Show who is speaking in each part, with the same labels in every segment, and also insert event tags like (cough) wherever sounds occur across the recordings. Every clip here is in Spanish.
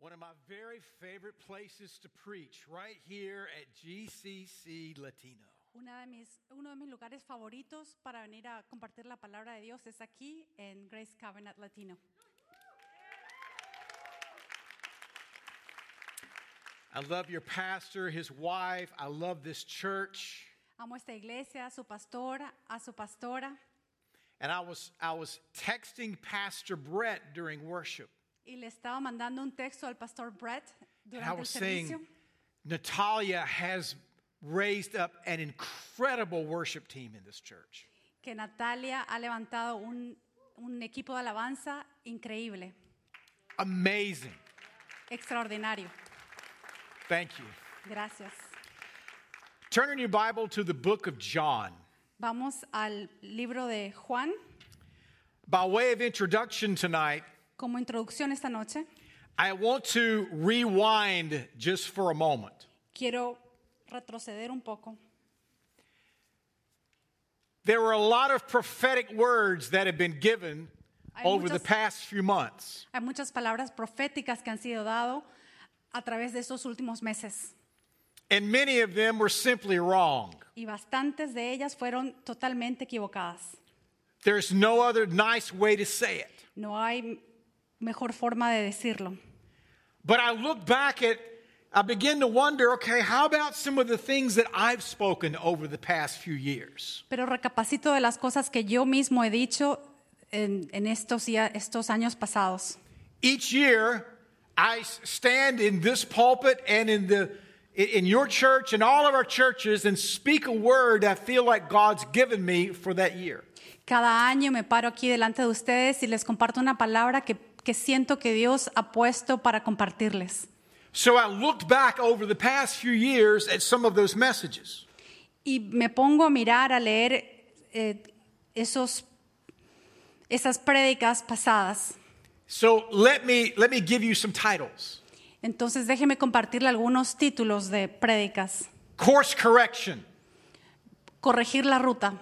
Speaker 1: one of my very favorite places to preach, right here at GCC Latino.
Speaker 2: Una de mis, uno de mis lugares favoritos para venir a compartir la palabra de Dios es aquí en Grace Cabinet Latino.
Speaker 1: I love your pastor, his wife. I love this church.
Speaker 2: Amo esta iglesia, a su pastor, a su pastora.
Speaker 1: And I was, I was texting Pastor Brett during worship.
Speaker 2: Y le estaba mandando un texto al pastor Brett
Speaker 1: And I
Speaker 2: durante el
Speaker 1: was
Speaker 2: servicio.
Speaker 1: saying, Natalia has raised up an incredible worship team in this church.
Speaker 2: que Natalia ha levantado un, un equipo de alabanza increíble,
Speaker 1: Amazing.
Speaker 2: extraordinario.
Speaker 1: Thank you.
Speaker 2: Gracias.
Speaker 1: Turn in your Bible to the book of John.
Speaker 2: Vamos al libro de Juan
Speaker 1: By way of introduction tonight,
Speaker 2: como introducción esta noche.
Speaker 1: I want to rewind just for a moment.
Speaker 2: Quiero retroceder un poco.
Speaker 1: There were a lot of prophetic words that have been given
Speaker 2: Hay
Speaker 1: over the
Speaker 2: muchas-
Speaker 1: past few months.
Speaker 2: Hay muchas palabras proféticas que han sido dado a través de estos últimos meses
Speaker 1: And many of them were simply wrong.
Speaker 2: y bastantes de ellas fueron totalmente equivocadas.
Speaker 1: There's no other nice way to say it.
Speaker 2: No hay mejor forma de decirlo.
Speaker 1: But I look back at, I begin to wonder okay, how about some of the things that I've spoken over the past few years?
Speaker 2: Pero recapacito de las cosas que yo mismo he dicho en, en estos, día- estos años pasados.
Speaker 1: Each year, I s- stand in this pulpit and in the in- in your church and all of our churches and speak a word I feel like God's given me for that year.
Speaker 2: Cada año me paro aquí delante de ustedes y les comparto una palabra que, que siento que Dios ha puesto para compartirles.
Speaker 1: So I looked back over the past few years at some of those messages.
Speaker 2: Y me pongo a mirar, a leer eh, esos, esas prédicas pasadas.
Speaker 1: So let me let me give you some titles.
Speaker 2: Entonces déjeme compartirle algunos títulos de prédicas.
Speaker 1: Course correction.
Speaker 2: Corregir la ruta.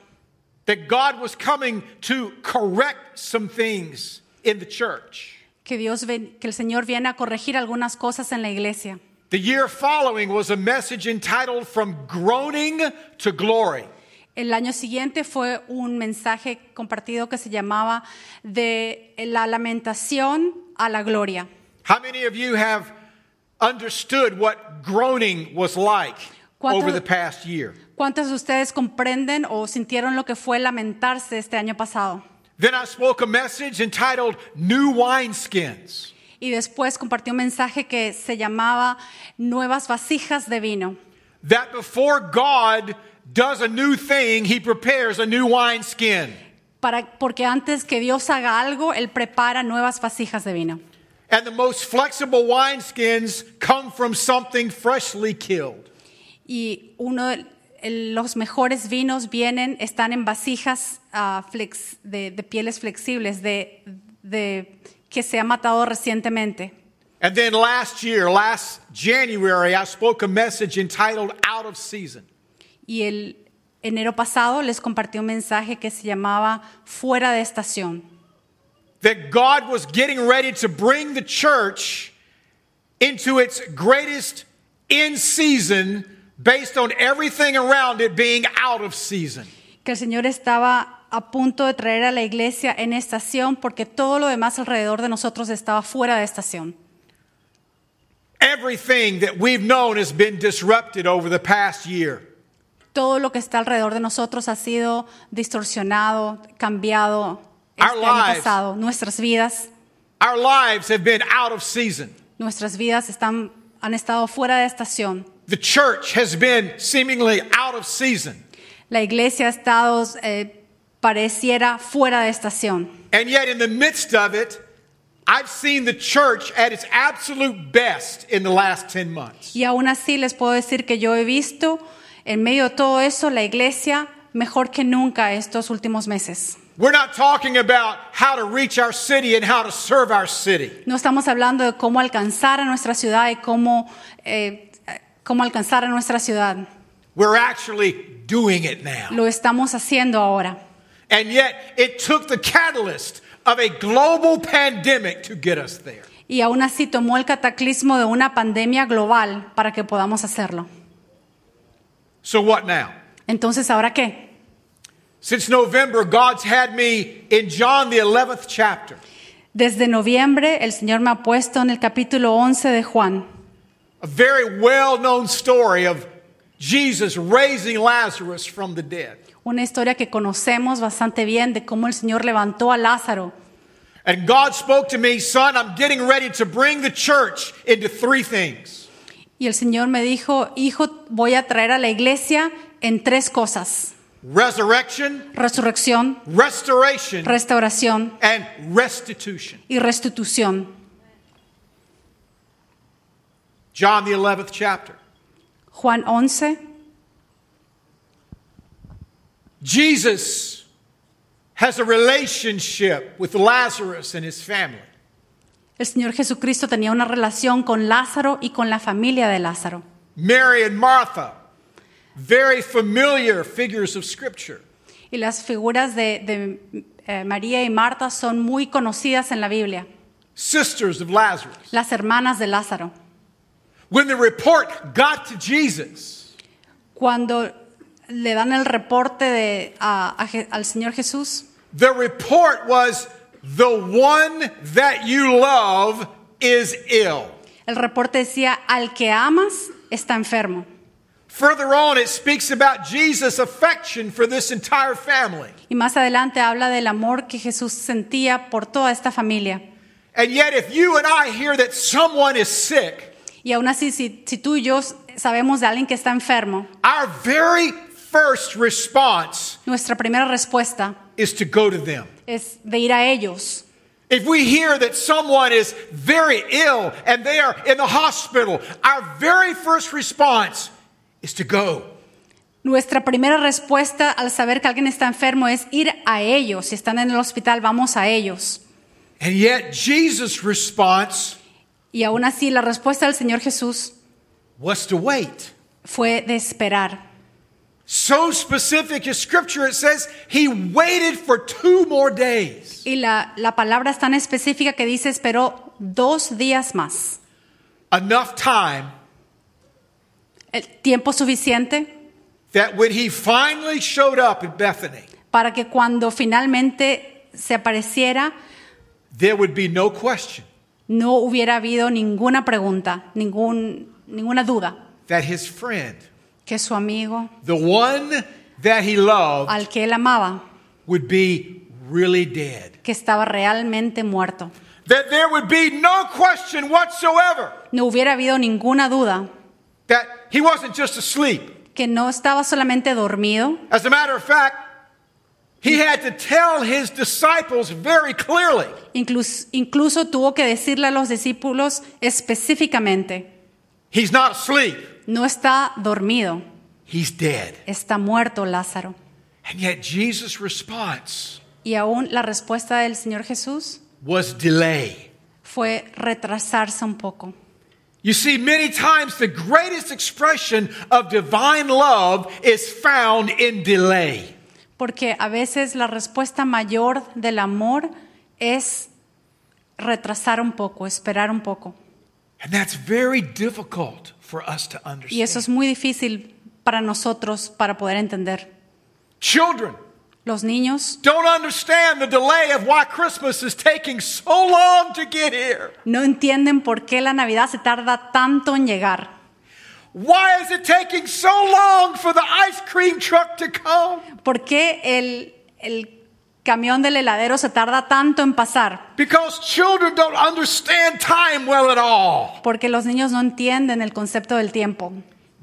Speaker 1: that God was coming to correct some things in the church.
Speaker 2: Que, Dios ven- que el Señor viene a corregir algunas cosas en la iglesia.
Speaker 1: The year following was a message entitled From Groaning to Glory.
Speaker 2: El año siguiente fue un mensaje compartido que se llamaba de la lamentación a la gloria.
Speaker 1: How many of you have understood what groaning was like
Speaker 2: ¿Cuántos-
Speaker 1: over the past year?
Speaker 2: ¿Cuántos de ustedes comprenden o sintieron lo que fue lamentarse este año pasado?
Speaker 1: Then I spoke a message entitled New Wineskins.
Speaker 2: Y después compartí un mensaje que se llamaba Nuevas vasijas de vino.
Speaker 1: That before God does a new thing, he prepares a new wineskin.
Speaker 2: Para, porque antes que Dios haga algo, Él prepara nuevas vasijas de vino.
Speaker 1: And the most flexible wineskins come from something freshly killed.
Speaker 2: Y uno de el- los mejores vinos vienen, están en vasijas ah, flex- de, de pieles flexibles, de, de- que se ha matado recientemente.
Speaker 1: And then last year, last January, I spoke a message entitled Out of Season.
Speaker 2: Y el enero pasado les compartí un mensaje que se llamaba Fuera de estación,
Speaker 1: That God was getting ready to bring the church into its greatest in season based on everything around it being out of season.
Speaker 2: que el Señor estaba a punto de traer a la iglesia en estación porque todo lo demás alrededor de nosotros estaba fuera de estación.
Speaker 1: Everything that we've known has been disrupted over the past year.
Speaker 2: Todo lo que está alrededor de nosotros ha sido distorsionado, cambiado este
Speaker 1: Our
Speaker 2: año
Speaker 1: lives.
Speaker 2: pasado. Nuestras vidas,
Speaker 1: Our lives have been out of season.
Speaker 2: nuestras vidas están, han estado fuera de estación.
Speaker 1: The church has been seemingly out of season.
Speaker 2: La iglesia ha estado, eh, pareciera fuera de estación.
Speaker 1: And yet, in the midst of it, I've seen the church at its absolute best in the last 10 months.
Speaker 2: Y aún así les puedo decir que yo he visto en medio de todo eso la iglesia mejor que nunca estos últimos meses.
Speaker 1: We're not talking about how to reach our city and how to serve our city.
Speaker 2: No estamos hablando de cómo alcanzar a nuestra ciudad y cómo, eh, cómo alcanzar a nuestra ciudad.
Speaker 1: We're actually doing it now.
Speaker 2: Lo estamos haciendo ahora.
Speaker 1: And yet, it took the catalyst of a global pandemic to get us there.
Speaker 2: y aún así tomó el cataclismo de una pandemia global para que podamos hacerlo.
Speaker 1: So what now?
Speaker 2: Entonces, ¿ahora qué?
Speaker 1: Since November, God's had me in John the 11th chapter.
Speaker 2: Desde noviembre el Señor me ha puesto en el capítulo 11 de Juan,
Speaker 1: A very well known story of Jesus raising Lazarus from the dead.
Speaker 2: una historia que conocemos bastante bien de cómo el Señor levantó a Lázaro.
Speaker 1: And God spoke to me, son, I'm getting ready to bring the church into three things
Speaker 2: Y el Señor me dijo, hijo, voy a traer a la iglesia en tres cosas.
Speaker 1: resurrection,
Speaker 2: Resurrección,
Speaker 1: restoration,
Speaker 2: restauración
Speaker 1: and restitution.
Speaker 2: y restitución.
Speaker 1: John the 11th chapter.
Speaker 2: Juan 11.
Speaker 1: Jesus has a relationship with Lazarus and his family.
Speaker 2: El Señor Jesucristo tenía una relación con Lázaro y con la familia de Lázaro.
Speaker 1: Mary and Martha, very familiar figures of Scripture.
Speaker 2: Y las figuras de, de, eh, María y Marta son muy conocidas en la Biblia,
Speaker 1: sisters of Lazarus.
Speaker 2: las hermanas de Lázaro.
Speaker 1: When the report got to Jesus,
Speaker 2: Cuando le dan el reporte de- a- a Je- al Señor Jesús,
Speaker 1: the report was the one that you love is ill.
Speaker 2: el reporte decía, al que amas está enfermo.
Speaker 1: Further on, it speaks about Jesus' affection for this entire family.
Speaker 2: Y más adelante habla del amor que Jesús sentía por toda esta familia.
Speaker 1: And yet, if you and I hear that someone is sick,
Speaker 2: Y aún así, si, si tú y yo sabemos de alguien que está enfermo,
Speaker 1: our very first response
Speaker 2: nuestra primera respuesta
Speaker 1: is to go to them.
Speaker 2: es de ir a ellos.
Speaker 1: If we hear that someone is very ill and they are in the hospital, our very first response is to go.
Speaker 2: Nuestra primera respuesta al saber que alguien está enfermo es ir a ellos. Si están en el hospital, vamos a ellos.
Speaker 1: And yet, Jesus' response
Speaker 2: Y aún así, la respuesta del Señor Jesús
Speaker 1: was to wait.
Speaker 2: fue de esperar.
Speaker 1: So specific is scripture, it says he waited for two more days.
Speaker 2: Y la, la palabra es tan específica que dice esperó dos días más.
Speaker 1: Enough time
Speaker 2: El tiempo suficiente
Speaker 1: that when he finally showed up in Bethany,
Speaker 2: para que cuando finalmente se apareciera,
Speaker 1: there would be no question
Speaker 2: no hubiera habido ninguna pregunta, ningún, ninguna duda
Speaker 1: that his friend,
Speaker 2: que su amigo,
Speaker 1: the one that he loved,
Speaker 2: al que él amaba,
Speaker 1: would be really dead.
Speaker 2: que estaba realmente muerto.
Speaker 1: that there would be no question whatsoever
Speaker 2: No hubiera habido ninguna duda
Speaker 1: that he wasn't just asleep.
Speaker 2: que no estaba solamente dormido.
Speaker 1: As a matter of fact, he had to tell his disciples very clearly
Speaker 2: Incluso, incluso tuvo que decirle a los discípulos específicamente,
Speaker 1: he's not asleep,
Speaker 2: no está dormido,
Speaker 1: he's dead.
Speaker 2: está muerto Lázaro.
Speaker 1: And yet, Jesus' response
Speaker 2: Y aún la respuesta del Señor Jesús
Speaker 1: was delay.
Speaker 2: fue retrasarse un poco.
Speaker 1: You see, many times the greatest expression of divine love is found in delay.
Speaker 2: Porque a veces la respuesta mayor del amor es retrasar un poco, esperar un poco.
Speaker 1: And that's very difficult for us to
Speaker 2: Y eso es
Speaker 1: understand.
Speaker 2: muy difícil para nosotros para poder entender.
Speaker 1: Children,
Speaker 2: Los niños
Speaker 1: don't understand the delay of why Christmas is taking so long to get here.
Speaker 2: no entienden por qué la Navidad se tarda tanto en llegar.
Speaker 1: Why is it taking so long for the ice cream truck to come?
Speaker 2: ¿Por qué el, el camión del heladero se tarda tanto en pasar?
Speaker 1: Because children don't understand time well at all.
Speaker 2: Porque los niños no entienden el concepto del tiempo.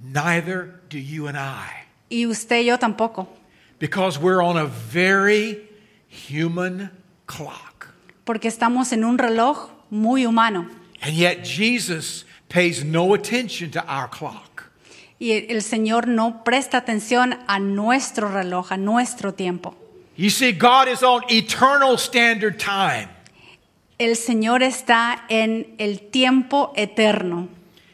Speaker 1: Neither do you and I.
Speaker 2: Y usted y yo tampoco.
Speaker 1: Because we're on a very human clock.
Speaker 2: Porque estamos en un reloj muy humano.
Speaker 1: And yet Jesus pays no attention to our clock.
Speaker 2: Y el el Señor no presta atención a nuestro reloj, a nuestro tiempo.
Speaker 1: You see, God is on eternal standard time.
Speaker 2: El Señor está en el tiempo eterno.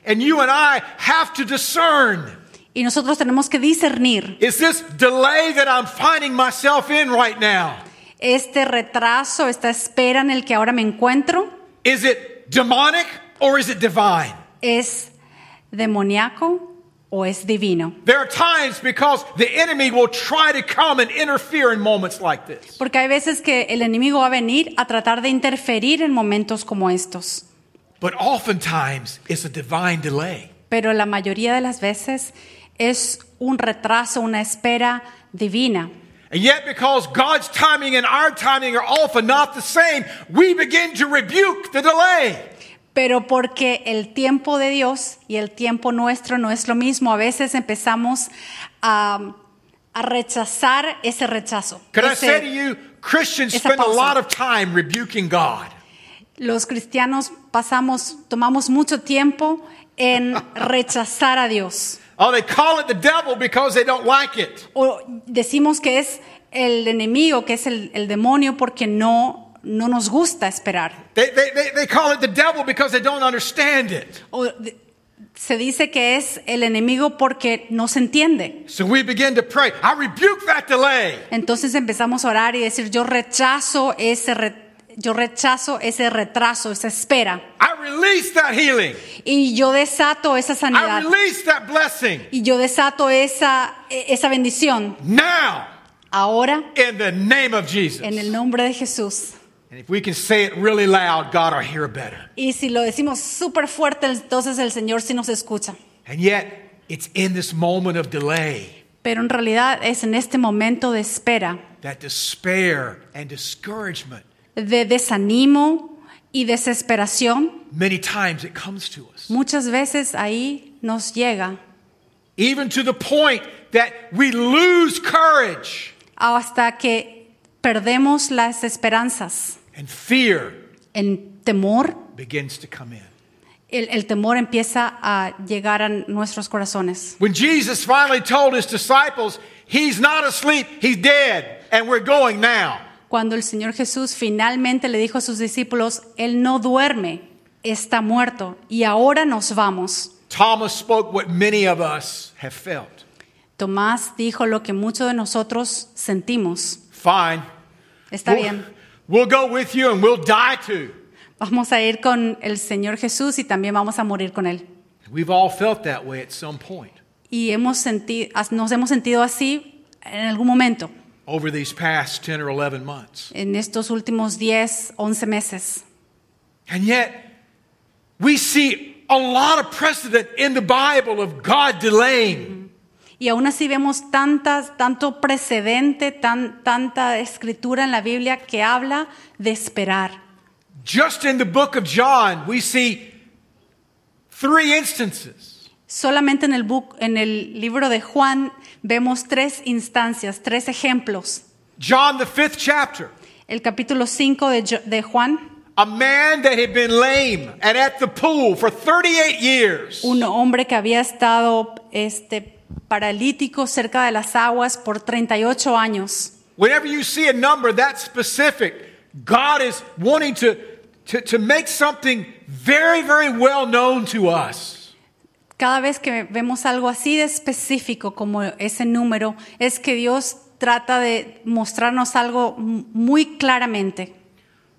Speaker 1: And you and I have to discern.
Speaker 2: Y nosotros tenemos que discernir
Speaker 1: Is this delay that I'm finding myself in right now?
Speaker 2: este retraso, esta espera en el que ahora me encuentro.
Speaker 1: Is it demonic or is it divine?
Speaker 2: ¿Es demoníaco o es divino?
Speaker 1: There are times because the enemy will try to come and interfere in moments like this.
Speaker 2: Porque hay veces que el enemigo va a venir a tratar de interferir en momentos como estos.
Speaker 1: But oftentimes it's a divine delay.
Speaker 2: Pero la mayoría de las veces es un retraso, una espera divina.
Speaker 1: And yet, because God's timing and our timing are often not the same, we begin to rebuke the delay.
Speaker 2: Pero porque el tiempo de Dios y el tiempo nuestro no es lo mismo, a veces empezamos a, a rechazar ese rechazo.
Speaker 1: Could I
Speaker 2: ese-
Speaker 1: say to you, Christians
Speaker 2: esa
Speaker 1: spend a
Speaker 2: pausa.
Speaker 1: lot of time rebuking God.
Speaker 2: los cristianos pasamos, tomamos mucho tiempo en rechazar a Dios.
Speaker 1: Oh, they call it the devil because they don't like it.
Speaker 2: O decimos que es el enemigo, que es el, el demonio, porque no, no nos gusta esperar.
Speaker 1: They, they, they, they call it the devil because they don't understand it.
Speaker 2: O de- se dice que es el enemigo porque no se entiende.
Speaker 1: So we begin to pray. I rebuke that delay.
Speaker 2: Entonces empezamos a orar y decir, yo rechazo ese, re- yo rechazo ese retraso, esa espera.
Speaker 1: I release that healing.
Speaker 2: Y yo desato esa
Speaker 1: I
Speaker 2: sanidad.
Speaker 1: release that blessing
Speaker 2: Y yo desato esa, e- esa bendición.
Speaker 1: now
Speaker 2: Ahora
Speaker 1: in the name of Jesus.
Speaker 2: En el nombre de Jesús.
Speaker 1: And if we can say it really loud, God will hear better.
Speaker 2: Y si lo decimos súper fuerte, entonces el Señor sí nos escucha.
Speaker 1: And yet, it's in this moment of delay
Speaker 2: Pero en realidad es en este momento de espera,
Speaker 1: that despair and discouragement,
Speaker 2: de desanimo y desesperación,
Speaker 1: many times it comes to us.
Speaker 2: muchas veces ahí nos llega
Speaker 1: Even to the point that we lose courage
Speaker 2: hasta que perdemos las esperanzas.
Speaker 1: and fear
Speaker 2: El temor,
Speaker 1: begins to come in.
Speaker 2: el, el temor empieza a llegar a nuestros corazones.
Speaker 1: When Jesus finally told his disciples, He's not asleep, He's dead, and we're going now.
Speaker 2: Cuando el Señor Jesús finalmente le dijo a sus discípulos, Él no duerme, está muerto y ahora nos vamos.
Speaker 1: Thomas spoke what many of us have felt.
Speaker 2: Tomás dijo lo que muchos de nosotros sentimos.
Speaker 1: Fine.
Speaker 2: Está
Speaker 1: we'll,
Speaker 2: bien,
Speaker 1: we'll go with you and we'll die too.
Speaker 2: vamos a ir con el Señor Jesús y también vamos a morir con Él.
Speaker 1: We've all felt that way at some point
Speaker 2: Y hemos senti- as- nos hemos sentido así en algún momento,
Speaker 1: over these past 10 or 11 months.
Speaker 2: en estos últimos 10, 11 meses.
Speaker 1: And yet, we see a lot of precedent in the Bible of God delaying.
Speaker 2: Y aún así vemos tantas, tanto precedente, tan, tanta escritura en la Biblia que habla de esperar.
Speaker 1: Just in the book of John, we see three instances
Speaker 2: Solamente en el, book- en el libro de Juan vemos tres instancias, tres ejemplos.
Speaker 1: John, the fifth chapter,
Speaker 2: El capítulo 5 de, Jo- de Juan,
Speaker 1: a man that had been lame and at the pool for 38 years.
Speaker 2: un hombre que había estado este, paralítico cerca de las aguas por 38 años.
Speaker 1: Whenever you see a number that specific, God is wanting to, to, to make something very, very well known to us.
Speaker 2: Cada vez que vemos algo así de específico como ese número, es que Dios trata de mostrarnos algo m- muy claramente.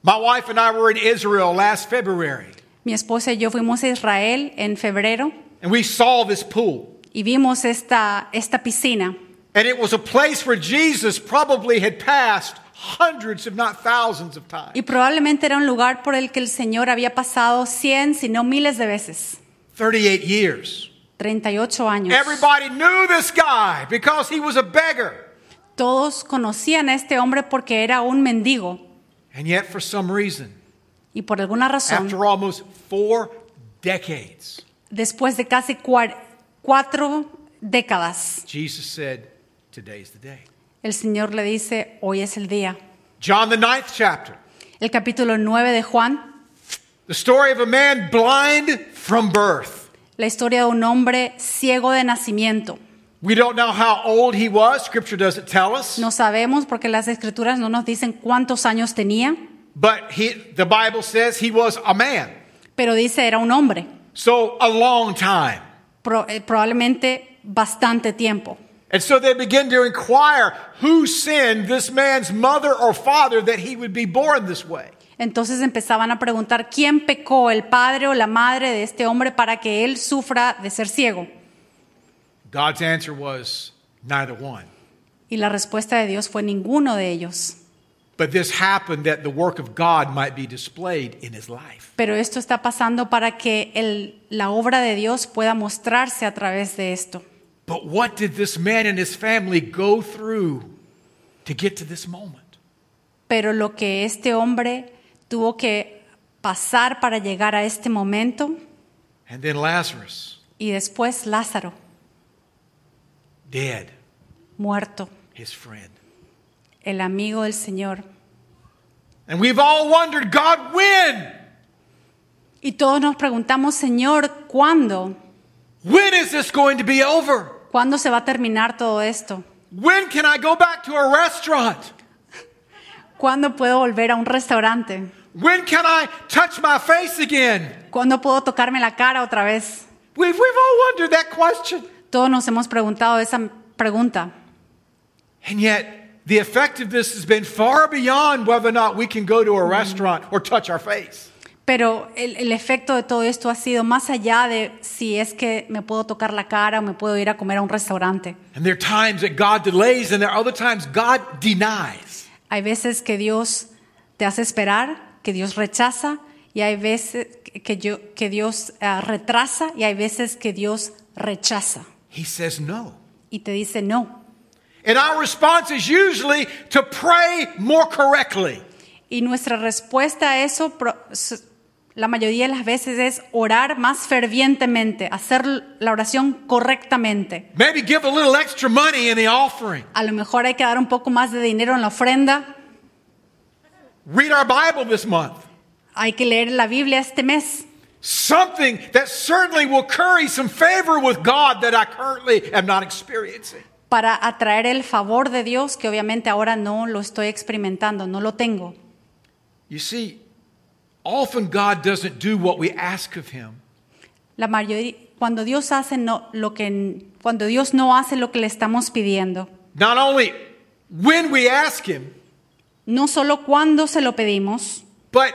Speaker 1: My wife and I were in Israel last February,
Speaker 2: Mi esposa y yo fuimos a Israel en febrero
Speaker 1: and we saw this pool.
Speaker 2: y vimos esta, esta piscina.
Speaker 1: And it was a place where Jesus probably had passed hundreds, if not thousands, of times.
Speaker 2: Y probablemente era un lugar por el que el Señor había pasado 100, si no miles de veces.
Speaker 1: 38 years.
Speaker 2: 38 años.
Speaker 1: Everybody knew this guy because he was a beggar.
Speaker 2: Todos conocían a este hombre porque era un mendigo.
Speaker 1: And yet, for some reason,
Speaker 2: Y por alguna razón,
Speaker 1: after almost four decades,
Speaker 2: después de casi cuar- cuatro décadas,
Speaker 1: Jesus said, Today's the day.
Speaker 2: el Señor le dice, hoy es el día.
Speaker 1: John, the ninth chapter,
Speaker 2: El capítulo 9 de Juan,
Speaker 1: the story of a man blind from birth.
Speaker 2: la historia de un hombre ciego de nacimiento.
Speaker 1: We don't know how old he was, scripture doesn't tell us,
Speaker 2: No sabemos porque las escrituras no nos dicen cuántos años tenía,
Speaker 1: but he, the Bible says he was a man.
Speaker 2: pero dice era un hombre.
Speaker 1: So, a long time.
Speaker 2: Pro- eh, probablemente bastante tiempo.
Speaker 1: And so they begin to inquire who sinned this man's mother or father that he would be born this way.
Speaker 2: Entonces empezaban a preguntar quién pecó, el padre o la madre de este hombre, para que él sufra de ser ciego.
Speaker 1: God's answer was neither one.
Speaker 2: Y la respuesta de Dios fue ninguno de ellos.
Speaker 1: But this happened that the work of God might be displayed in his life.
Speaker 2: Pero esto está pasando para que el- la obra de Dios pueda mostrarse a través de esto.
Speaker 1: But what did this man and his family go through to get to this moment?
Speaker 2: Pero lo que este hombre tuvo que pasar para llegar a este momento
Speaker 1: And then Lazarus,
Speaker 2: y después Lázaro,
Speaker 1: dead,
Speaker 2: muerto,
Speaker 1: his friend.
Speaker 2: el amigo del Señor.
Speaker 1: And we've all wondered, God, when?
Speaker 2: Y todos nos preguntamos, Señor, ¿cuándo?
Speaker 1: When is this going to be over?
Speaker 2: ¿Cuándo se va a terminar todo esto?
Speaker 1: When can I go back to a restaurant?
Speaker 2: ¿Cuándo puedo volver a un restaurante?
Speaker 1: When can I touch my face again?
Speaker 2: ¿Cuándo puedo tocarme la cara otra vez?
Speaker 1: We've, we've all wondered that question.
Speaker 2: Todos nos hemos preguntado esa pregunta.
Speaker 1: And yet, the effect of this has been far beyond whether or not we can go to a restaurant or touch our face.
Speaker 2: Pero el, el efecto de todo esto ha sido más allá de si es que me puedo tocar la cara o me puedo ir a comer a un restaurante.
Speaker 1: And there are times that God delays, and there are other times God denies.
Speaker 2: Hay veces que Dios te hace esperar, que Dios rechaza, y hay veces que, yo, que Dios ah, retrasa y hay veces que Dios rechaza
Speaker 1: He says no.
Speaker 2: y te dice no.
Speaker 1: And our response is usually to pray more correctly.
Speaker 2: Y nuestra respuesta a eso, pro- s- la mayoría de las veces, es orar más fervientemente, hacer la oración correctamente.
Speaker 1: Maybe give a little extra money in the offering.
Speaker 2: A lo mejor hay que dar un poco más de dinero en la ofrenda,
Speaker 1: Read our Bible this month.
Speaker 2: hay que leer la Biblia este mes.
Speaker 1: Something that certainly will curry some favor with God that I currently am not experiencing.
Speaker 2: para atraer el favor de Dios, que obviamente ahora no lo estoy experimentando, no lo tengo.
Speaker 1: You see, often God doesn't do what we ask of Him.
Speaker 2: La mayoría, cuando Dios hace no, lo que, cuando Dios no hace lo que le estamos pidiendo,
Speaker 1: Not only when we ask Him,
Speaker 2: no solo cuando se lo pedimos,
Speaker 1: but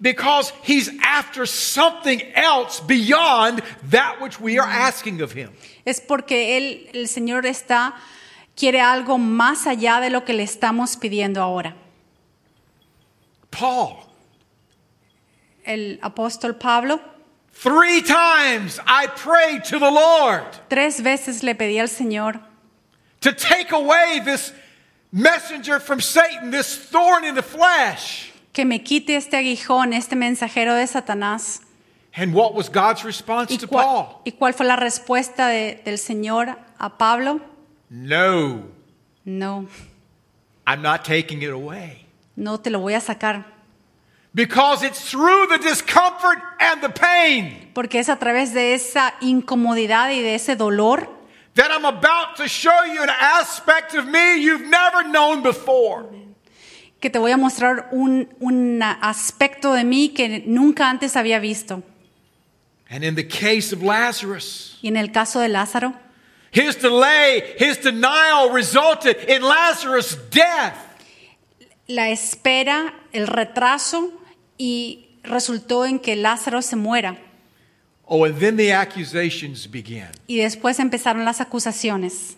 Speaker 1: because He's after something else beyond that which we are asking of Him.
Speaker 2: es porque él, el Señor está quiere algo más allá de lo que le estamos pidiendo ahora.
Speaker 1: Paul,
Speaker 2: El apóstol Pablo
Speaker 1: three times I prayed to the Lord
Speaker 2: tres veces le pedía al Señor
Speaker 1: to take away this messenger from Satan, this thorn in the flesh.
Speaker 2: que me quite este aguijón, este mensajero de Satanás.
Speaker 1: And what was God's response
Speaker 2: ¿Y
Speaker 1: to
Speaker 2: cuál,
Speaker 1: Paul?
Speaker 2: y cuál fue la respuesta de- del Señor a Pablo?
Speaker 1: No,
Speaker 2: No,
Speaker 1: I'm not taking it away.
Speaker 2: no te lo voy a sacar,
Speaker 1: Because it's through the discomfort and the pain
Speaker 2: porque es a través de esa incomodidad y de ese dolor
Speaker 1: that I'm about to show you an aspect of me you've never known before.
Speaker 2: que te voy a mostrar un, un aspecto de mí que nunca antes había visto.
Speaker 1: And in the case of Lazarus,
Speaker 2: Y en el caso de Lázaro,
Speaker 1: his delay, his denial resulted in Lazarus' death.
Speaker 2: la espera, el retraso y resultó en que Lázaro se muera.
Speaker 1: Oh, and then the accusations began.
Speaker 2: Y después empezaron las acusaciones.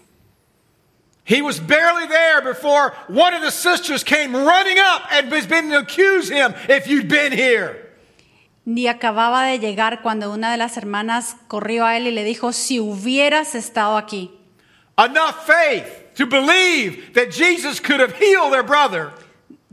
Speaker 1: He was barely there before one of the sisters came running up and was beginning to accuse him if you'd been here.
Speaker 2: Ni acababa de llegar cuando una de las hermanas corrió a él y le dijo, si hubieras estado aquí,
Speaker 1: Enough faith to believe that Jesus could have healed their brother.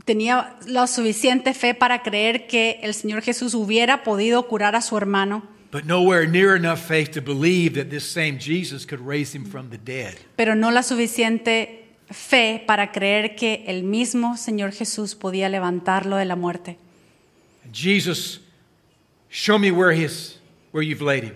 Speaker 2: tenía la suficiente fe para creer que el Señor Jesús hubiera podido curar a su hermano,
Speaker 1: But nowhere near enough faith to believe that this same Jesus could raise him from the dead.
Speaker 2: pero no la suficiente fe para creer que el mismo Señor Jesús podía levantarlo de la muerte.
Speaker 1: Jesus, show me where he is, where you've laid him.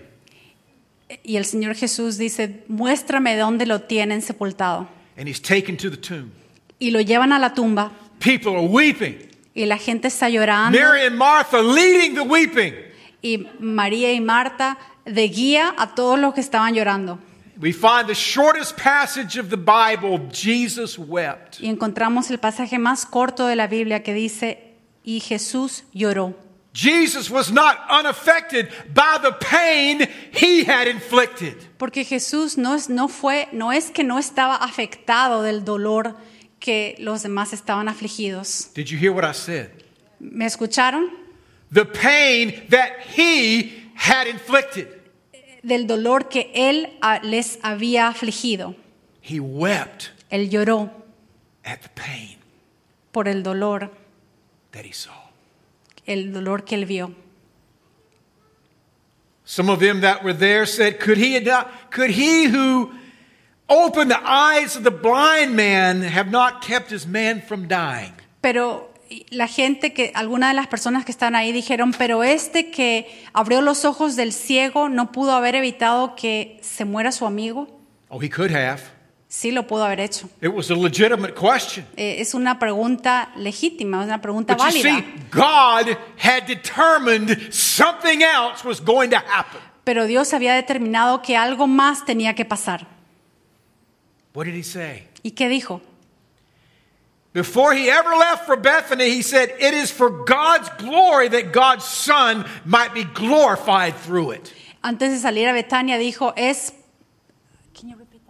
Speaker 2: Y el Señor Jesús dice, muéstrame dónde lo tienen sepultado.
Speaker 1: And he's taken to the tomb.
Speaker 2: Y lo llevan a la tumba
Speaker 1: People are weeping.
Speaker 2: y la gente está llorando.
Speaker 1: Mary and Martha leading the weeping.
Speaker 2: y María y Marta de guía a todos los que estaban llorando.
Speaker 1: We find the shortest passage of the Bible, Jesus wept.
Speaker 2: Y encontramos el pasaje más corto de la Biblia que dice, y Jesús lloró.
Speaker 1: Jesus was not unaffected by the pain he had inflicted.
Speaker 2: Porque Jesús no es, no fue, no es que no estaba afectado del dolor que los demás estaban afligidos.
Speaker 1: Did you hear what I said?
Speaker 2: ¿Me escucharon?
Speaker 1: The pain that he had inflicted.
Speaker 2: Del dolor que él ah, les había afligido.
Speaker 1: He wept
Speaker 2: Él lloró
Speaker 1: at the pain
Speaker 2: por el dolor,
Speaker 1: that he saw.
Speaker 2: el dolor que él vio.
Speaker 1: Some of them that were there said, Could he, ado- could he who opened the eyes of the blind man have not kept his man from dying?
Speaker 2: Pero la gente que, algunas de las personas que están ahí dijeron, pero este que abrió los ojos del ciego no pudo haber evitado que se muera su amigo.
Speaker 1: Oh, he could have.
Speaker 2: Sí, lo pudo haber hecho.
Speaker 1: It was a legitimate question.
Speaker 2: Eh, es una pregunta legítima, es una pregunta
Speaker 1: But you see,
Speaker 2: válida.
Speaker 1: God had determined something else was going to happen.
Speaker 2: Pero Dios había determinado que algo más tenía que pasar.
Speaker 1: What did he say?
Speaker 2: ¿Y qué dijo?
Speaker 1: Before he ever left for Bethany, he said, It is for God's glory that God's Son might be glorified through it.
Speaker 2: Antes de salir a Betania dijo, es,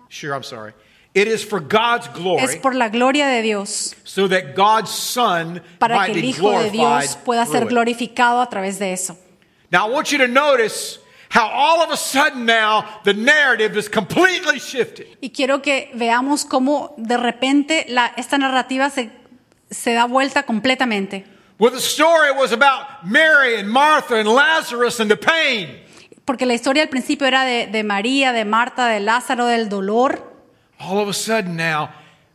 Speaker 1: Sure, I'm sorry. It is for God's glory
Speaker 2: es por la gloria de Dios,
Speaker 1: so that God's Son
Speaker 2: para
Speaker 1: might
Speaker 2: que el
Speaker 1: be
Speaker 2: Hijo de
Speaker 1: glorified.
Speaker 2: Dios pueda ser
Speaker 1: through it.
Speaker 2: glorificado a través de eso.
Speaker 1: Now, I want you to notice how all of a sudden now the narrative is completely shifted.
Speaker 2: Y quiero que veamos cómo de repente la- esta narrativa se, se da vuelta completamente.
Speaker 1: Well, the story was about Mary and Martha and Lazarus and the pain.
Speaker 2: Porque la historia al principio era de, de María, de Marta, de Lázaro, del dolor.
Speaker 1: All of a sudden now,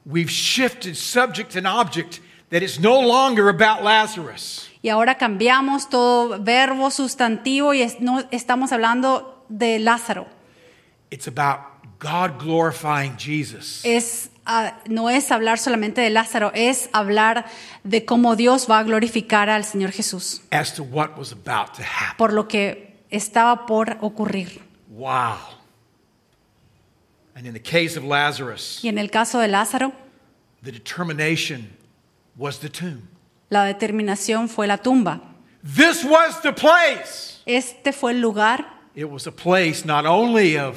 Speaker 1: we've shifted subject and object that it's no longer about Lazarus.
Speaker 2: Y ahora cambiamos todo verbo, sustantivo y es- no estamos hablando de Lázaro.
Speaker 1: It's about God glorifying Jesus.
Speaker 2: Es, ah, no es hablar solamente de Lázaro, es hablar de cómo Dios va a glorificar al Señor Jesús
Speaker 1: as to what was about to happen.
Speaker 2: por lo que estaba por ocurrir.
Speaker 1: Wow. And in the case of Lazarus,
Speaker 2: Y en el caso de Lázaro,
Speaker 1: the determination was the tomb.
Speaker 2: la determinación fue la tumba.
Speaker 1: This was the place.
Speaker 2: Este fue el lugar,
Speaker 1: It was a place not only of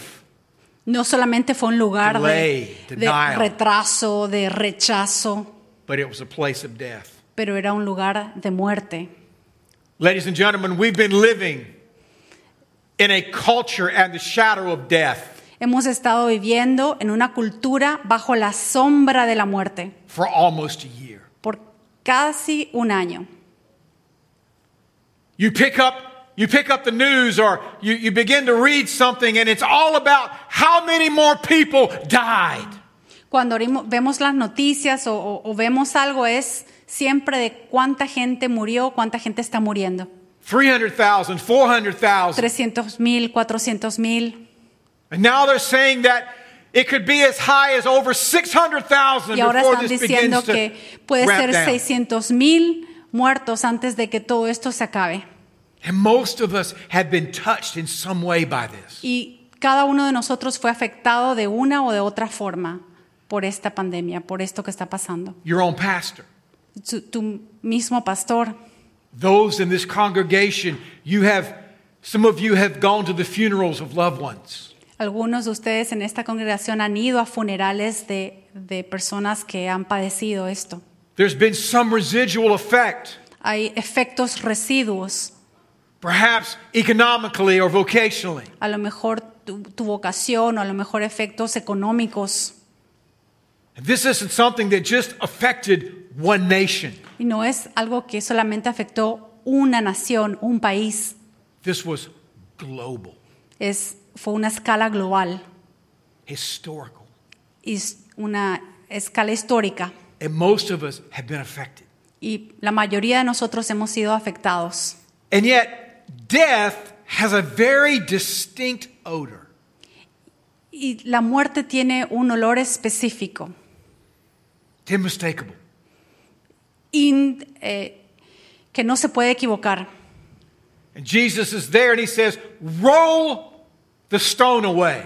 Speaker 2: no solamente fue un lugar de,
Speaker 1: Delay,
Speaker 2: de
Speaker 1: denial.
Speaker 2: retraso, de rechazo,
Speaker 1: but it was a place of death.
Speaker 2: pero era un lugar de muerte.
Speaker 1: Ladies and gentlemen, we've been living in a culture and the shadow of death
Speaker 2: Hemos estado viviendo en una cultura bajo la sombra de la muerte
Speaker 1: for almost a year.
Speaker 2: por casi un año.
Speaker 1: You pick up you pick up the news or you, you begin to read something and it's all about how many more people died.
Speaker 2: Cuando orimo- vemos las noticias o, o- o vemos algo es siempre de cuánta gente murió, cuánta gente está muriendo.
Speaker 1: 300,000, 400,000.
Speaker 2: 300 mil, 400 mil.
Speaker 1: And now they're saying that it could be as high as over 600,000
Speaker 2: Y ahora
Speaker 1: before
Speaker 2: están
Speaker 1: this begins
Speaker 2: diciendo
Speaker 1: to
Speaker 2: que puede
Speaker 1: ramp
Speaker 2: ser
Speaker 1: down.
Speaker 2: 600 mil muertos antes de que todo esto se acabe.
Speaker 1: And most of us have been touched in some way by this.
Speaker 2: Y cada uno de nosotros fue afectado de una o de otra forma por esta pandemia, por esto que está pasando.
Speaker 1: Your own pastor,
Speaker 2: Tu, tu mismo pastor,
Speaker 1: those in this congregation, you have some of you have gone to the funerals of loved ones.
Speaker 2: algunos de ustedes en esta congregación han ido a funerales de, de personas que han padecido esto.
Speaker 1: There's been some residual effect,
Speaker 2: Hay efectos residuos.
Speaker 1: perhaps economically or vocationally.
Speaker 2: A lo mejor tu, tu vocación o a lo mejor efectos económicos.
Speaker 1: And this isn't something that just affected one nation.
Speaker 2: Y no es algo que solamente afectó una nación, un país.
Speaker 1: This was global,
Speaker 2: Es, fue una escala global.
Speaker 1: historical.
Speaker 2: es una escala histórica
Speaker 1: And most of us have been affected.
Speaker 2: y la mayoría de nosotros hemos sido afectados.
Speaker 1: And yet, death has a very distinct odor.
Speaker 2: Y la muerte tiene un olor específico,
Speaker 1: It's unmistakable.
Speaker 2: in- eh, que no se puede equivocar.
Speaker 1: And Jesus is there and he says, Roll the stone away.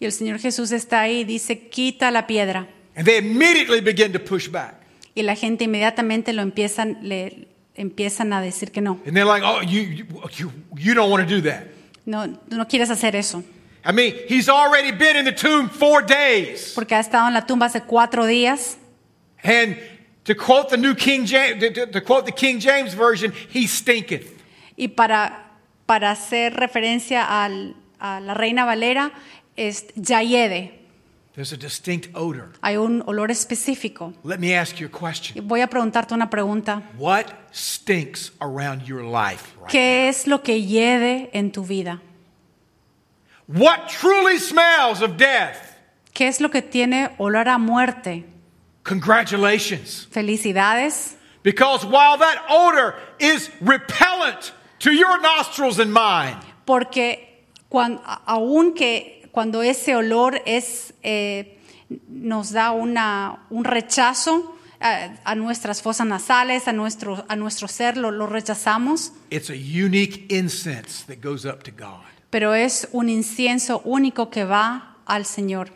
Speaker 2: Y el Señor Jesús está ahí y dice, quita la piedra.
Speaker 1: And they immediately begin to push back.
Speaker 2: Y la gente inmediatamente lo empiezan, le, empiezan a decir que no.
Speaker 1: And they're like, oh, you, you, you, you don't want to do that.
Speaker 2: No, tú no quieres hacer eso.
Speaker 1: I mean, he's already been in the tomb four days.
Speaker 2: Porque ha estado en la tumba hace cuatro días.
Speaker 1: And to quote the New King James, to, to- to quote the King James Version, he stinketh.
Speaker 2: Y para, para hacer referencia al- a la reina Valera, es Yayede.
Speaker 1: There's a distinct odor.
Speaker 2: Hay un olor específico.
Speaker 1: Let me ask you a
Speaker 2: Y
Speaker 1: question.
Speaker 2: Voy a preguntarte una pregunta.
Speaker 1: What stinks around your life? Right?
Speaker 2: ¿Qué es lo que hiede en tu vida?
Speaker 1: What truly smells of death?
Speaker 2: ¿Qué es lo que tiene olor a muerte?
Speaker 1: Congratulations.
Speaker 2: Felicidades,
Speaker 1: Because while that odor is repellent to your nostrils and mine,
Speaker 2: porque cuan- a- aun que cuando ese olor es, eh, nos da una, un rechazo eh, a nuestras fosas nasales, a nuestro, a nuestro ser, lo- lo rechazamos,
Speaker 1: it's a unique incense that goes up to God.
Speaker 2: pero es un incienso único que va al Señor.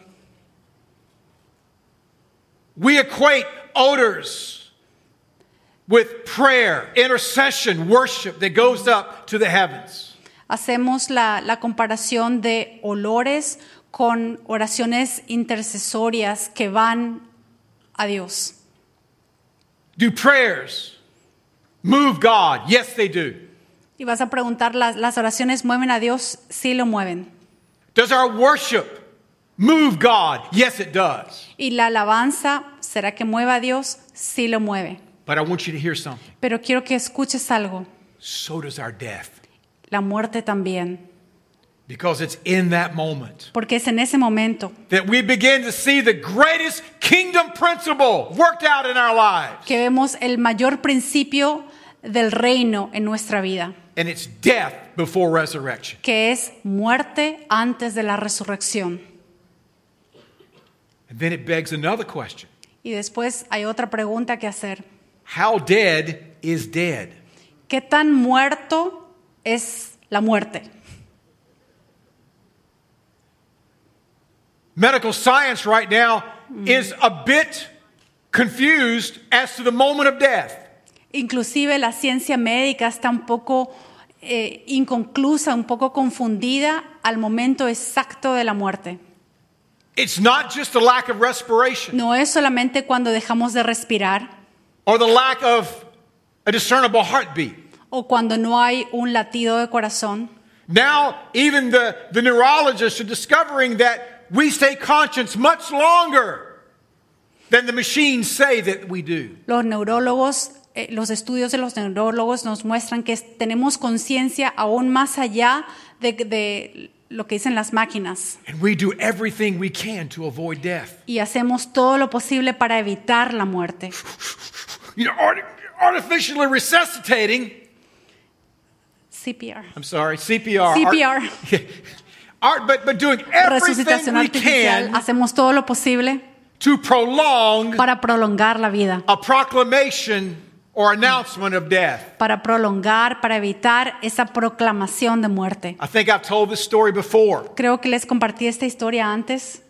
Speaker 1: We equate odors with prayer, intercession, worship that goes up to the heavens.
Speaker 2: Hacemos la, la comparación de olores con oraciones intercesorias que van a Dios.
Speaker 1: Do prayers move God? Yes, they do.
Speaker 2: Y vas a preguntar, ¿las, las oraciones mueven a Dios? Sí lo mueven.
Speaker 1: Does our worship move God? Yes, it does.
Speaker 2: ¿Y la alabanza, será que mueva a Dios? Sí lo mueve.
Speaker 1: But I want you to hear something.
Speaker 2: Pero quiero que escuches algo,
Speaker 1: So does our death,
Speaker 2: la muerte también,
Speaker 1: because it's in that moment
Speaker 2: porque es en ese momento
Speaker 1: that we begin to see the greatest kingdom principle worked out in our lives.
Speaker 2: que vemos el mayor principio del reino en nuestra vida,
Speaker 1: And it's death before resurrection.
Speaker 2: que es muerte antes de la resurrección.
Speaker 1: And then it begs another question
Speaker 2: Y después hay otra pregunta que hacer.
Speaker 1: How dead is dead?
Speaker 2: ¿Qué tan muerto es la muerte?
Speaker 1: Medical science right now is a bit confused as to the moment of death.
Speaker 2: Inclusive la ciencia médica está un poco eh, inconclusa, un poco confundida al momento exacto de la muerte.
Speaker 1: It's not just the lack of respiration.
Speaker 2: No es solamente cuando dejamos de respirar
Speaker 1: or the lack of a discernible heartbeat.
Speaker 2: o cuando no hay un latido de corazón.
Speaker 1: Now, even the, the neurologists are discovering that we stay conscious much longer than the machines say that we do.
Speaker 2: Los neurólogos, eh, los estudios de los neurólogos nos muestran que es- tenemos conciencia aún más allá de- de lo que dicen las máquinas
Speaker 1: And we do everything we can to avoid death.
Speaker 2: y hacemos todo lo posible para evitar la muerte.
Speaker 1: You know, arti- artificially resuscitating,
Speaker 2: CPR.
Speaker 1: I'm sorry, CPR.
Speaker 2: CPR.
Speaker 1: (laughs) Art, but, but doing everything
Speaker 2: Resucitación
Speaker 1: we
Speaker 2: artificial.
Speaker 1: can
Speaker 2: Hacemos todo lo posible
Speaker 1: to prolong
Speaker 2: para prolongar la vida,
Speaker 1: a proclamation or announcement of death.
Speaker 2: para prolongar, para evitar esa proclamación de muerte.
Speaker 1: I think I've told this story before.
Speaker 2: Creo que les compartí esta historia antes,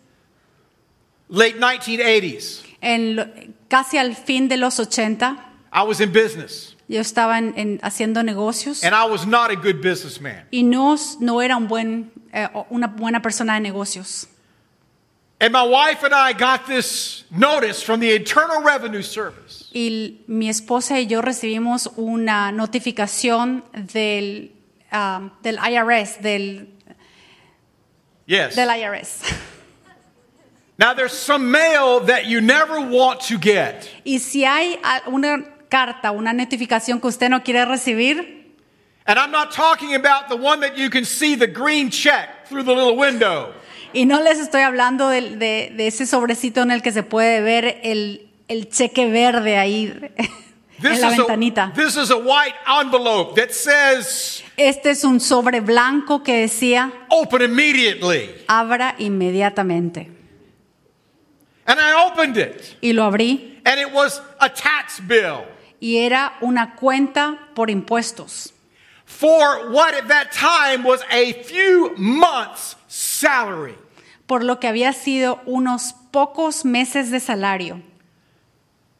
Speaker 1: Late 1980s,
Speaker 2: en lo- casi al fin de los 80.
Speaker 1: I was in business
Speaker 2: Yo estaba en- en- haciendo negocios
Speaker 1: and I was not a good businessman.
Speaker 2: y no, no era un buen, eh, una buena persona de negocios.
Speaker 1: And my wife and I got this notice from the Internal Revenue Service.
Speaker 2: Y l- mi esposa y yo recibimos una notificación del, ah, del IRS, del,
Speaker 1: Yes.
Speaker 2: del IRS.
Speaker 1: Now there's some mail that you never want to get.
Speaker 2: (laughs) Y si hay a- una carta, una notificación que usted no quiere recibir,
Speaker 1: And I'm not talking about the one that you can see the green check through the little window.
Speaker 2: y no les estoy hablando del- de, de ese sobrecito en el que se puede ver el, el cheque verde ahí (laughs) en la ventanita.
Speaker 1: a, this is a white envelope that says
Speaker 2: este es un sobre blanco que decía,
Speaker 1: open immediately.
Speaker 2: abra inmediatamente.
Speaker 1: And I opened it
Speaker 2: Y lo abrí
Speaker 1: and it was a tax bill.
Speaker 2: y era una cuenta por impuestos
Speaker 1: for what at that time was a few months' salary.
Speaker 2: por lo que había sido unos pocos meses de salario.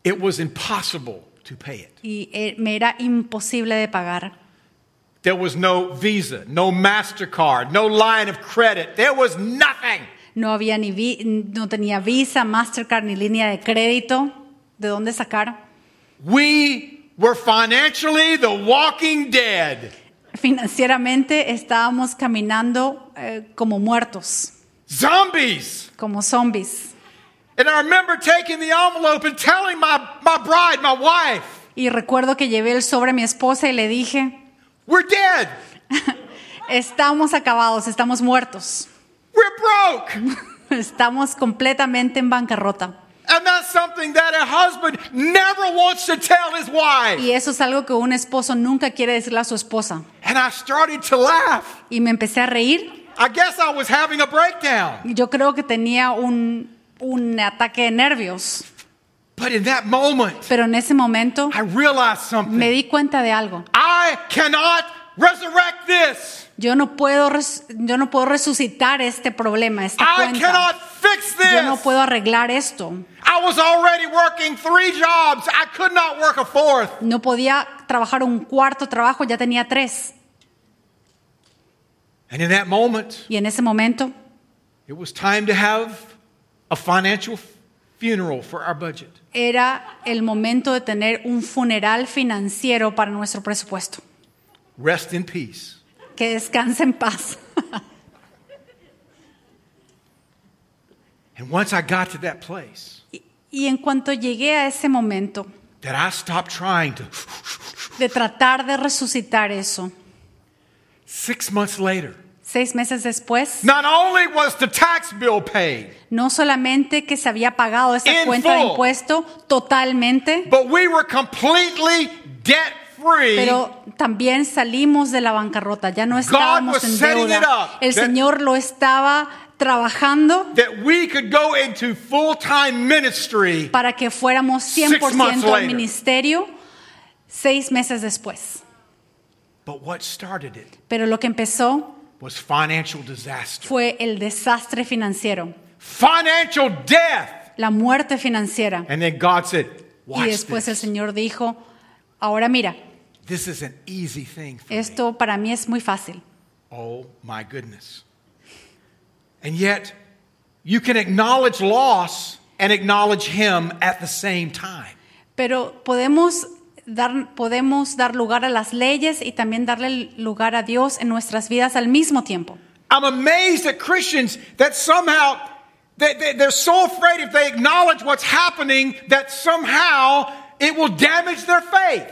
Speaker 1: It was impossible to pay it.
Speaker 2: y eh, me era imposible de pagar.
Speaker 1: There was no Visa, no MasterCard, no line of credit. There was nothing.
Speaker 2: No había ni vi- no tenía Visa, Mastercard ni línea de crédito de dónde sacar.
Speaker 1: We were financially the walking dead.
Speaker 2: Financieramente estábamos caminando eh, como muertos,
Speaker 1: Zombies.
Speaker 2: como zombies.
Speaker 1: And I remember taking the envelope and telling my, my bride, my wife,
Speaker 2: Y recuerdo que llevé el sobre a mi esposa y le dije,
Speaker 1: we're dead.
Speaker 2: estamos acabados, estamos muertos,
Speaker 1: We're broke.
Speaker 2: estamos completamente en bancarrota.
Speaker 1: And that's something that a husband never wants to tell his wife.
Speaker 2: Y eso es algo que un esposo nunca quiere decirle a su esposa.
Speaker 1: And I started to laugh.
Speaker 2: Y me empecé a reír.
Speaker 1: I guess I was having a breakdown.
Speaker 2: Yo creo que tenía un, un ataque de nervios.
Speaker 1: But in that moment,
Speaker 2: Pero en ese momento
Speaker 1: I realized
Speaker 2: me
Speaker 1: something.
Speaker 2: di cuenta de algo.
Speaker 1: I cannot resurrect this.
Speaker 2: Yo no puedo, res- yo no puedo resucitar este problema, esta
Speaker 1: I
Speaker 2: cuenta.
Speaker 1: cannot fix
Speaker 2: Yo no
Speaker 1: this.
Speaker 2: puedo arreglar esto.
Speaker 1: I was already working three jobs. I could not work a fourth.
Speaker 2: No podía trabajar un cuarto trabajo, ya tenía tres.
Speaker 1: And in that moment,
Speaker 2: Y en ese momento
Speaker 1: it was time to have a financial funeral for our budget.
Speaker 2: era el momento de tener un funeral financiero para nuestro presupuesto.
Speaker 1: Rest in peace.
Speaker 2: Que descanse en paz. (laughs)
Speaker 1: And once I got to that place,
Speaker 2: Y- y en cuanto llegué a ese momento
Speaker 1: that I stopped trying to.
Speaker 2: de tratar de resucitar eso,
Speaker 1: Six months later,
Speaker 2: seis meses después,
Speaker 1: not only was the tax bill paid,
Speaker 2: No solamente que se había pagado esa
Speaker 1: En
Speaker 2: cuenta de
Speaker 1: full.
Speaker 2: impuesto totalmente,
Speaker 1: but we were completely debt free.
Speaker 2: pero también salimos de la bancarrota. Ya no
Speaker 1: was
Speaker 2: estábamos en
Speaker 1: setting it
Speaker 2: deuda.
Speaker 1: up
Speaker 2: El
Speaker 1: that-
Speaker 2: Señor lo estaba trabajando
Speaker 1: That we could go into full time ministry.
Speaker 2: para que fuéramos
Speaker 1: months
Speaker 2: 100% al
Speaker 1: later.
Speaker 2: ministerio seis meses después.
Speaker 1: But what started it
Speaker 2: Pero lo que empezó
Speaker 1: was financial disaster,
Speaker 2: fue el desastre financiero,
Speaker 1: financial death.
Speaker 2: la muerte financiera.
Speaker 1: And then God said,
Speaker 2: Y
Speaker 1: Watch
Speaker 2: después el
Speaker 1: this.
Speaker 2: Señor dijo, ahora mira,
Speaker 1: This is an easy thing for me.
Speaker 2: esto para mí es muy fácil.
Speaker 1: Oh my goodness. And yet, you can acknowledge loss and acknowledge Him at the same time.
Speaker 2: Pero podemos dar, podemos dar lugar a las leyes y también darle lugar a Dios en nuestras vidas al mismo tiempo.
Speaker 1: I'm amazed at Christians that somehow they, they, they're so afraid if they acknowledge what's happening that somehow it will damage their faith.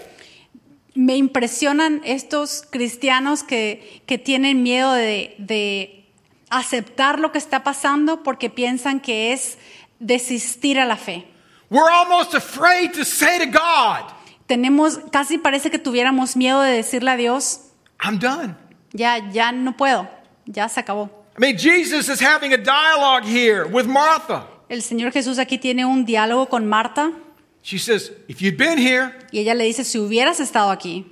Speaker 2: Me impresionan estos cristianos que, que tienen miedo de, de aceptar lo que está pasando porque piensan que es desistir a la fe.
Speaker 1: We're almost afraid to say to God,
Speaker 2: Tenemos, casi parece que tuviéramos miedo de decirle a Dios,
Speaker 1: I'm done.
Speaker 2: ya, ya no puedo, ya se acabó.
Speaker 1: I mean, Jesus is having a dialogue here with Martha.
Speaker 2: El Señor Jesús aquí tiene un diálogo con Marta
Speaker 1: She says, If you'd been here,
Speaker 2: y ella le dice, si hubieras estado aquí,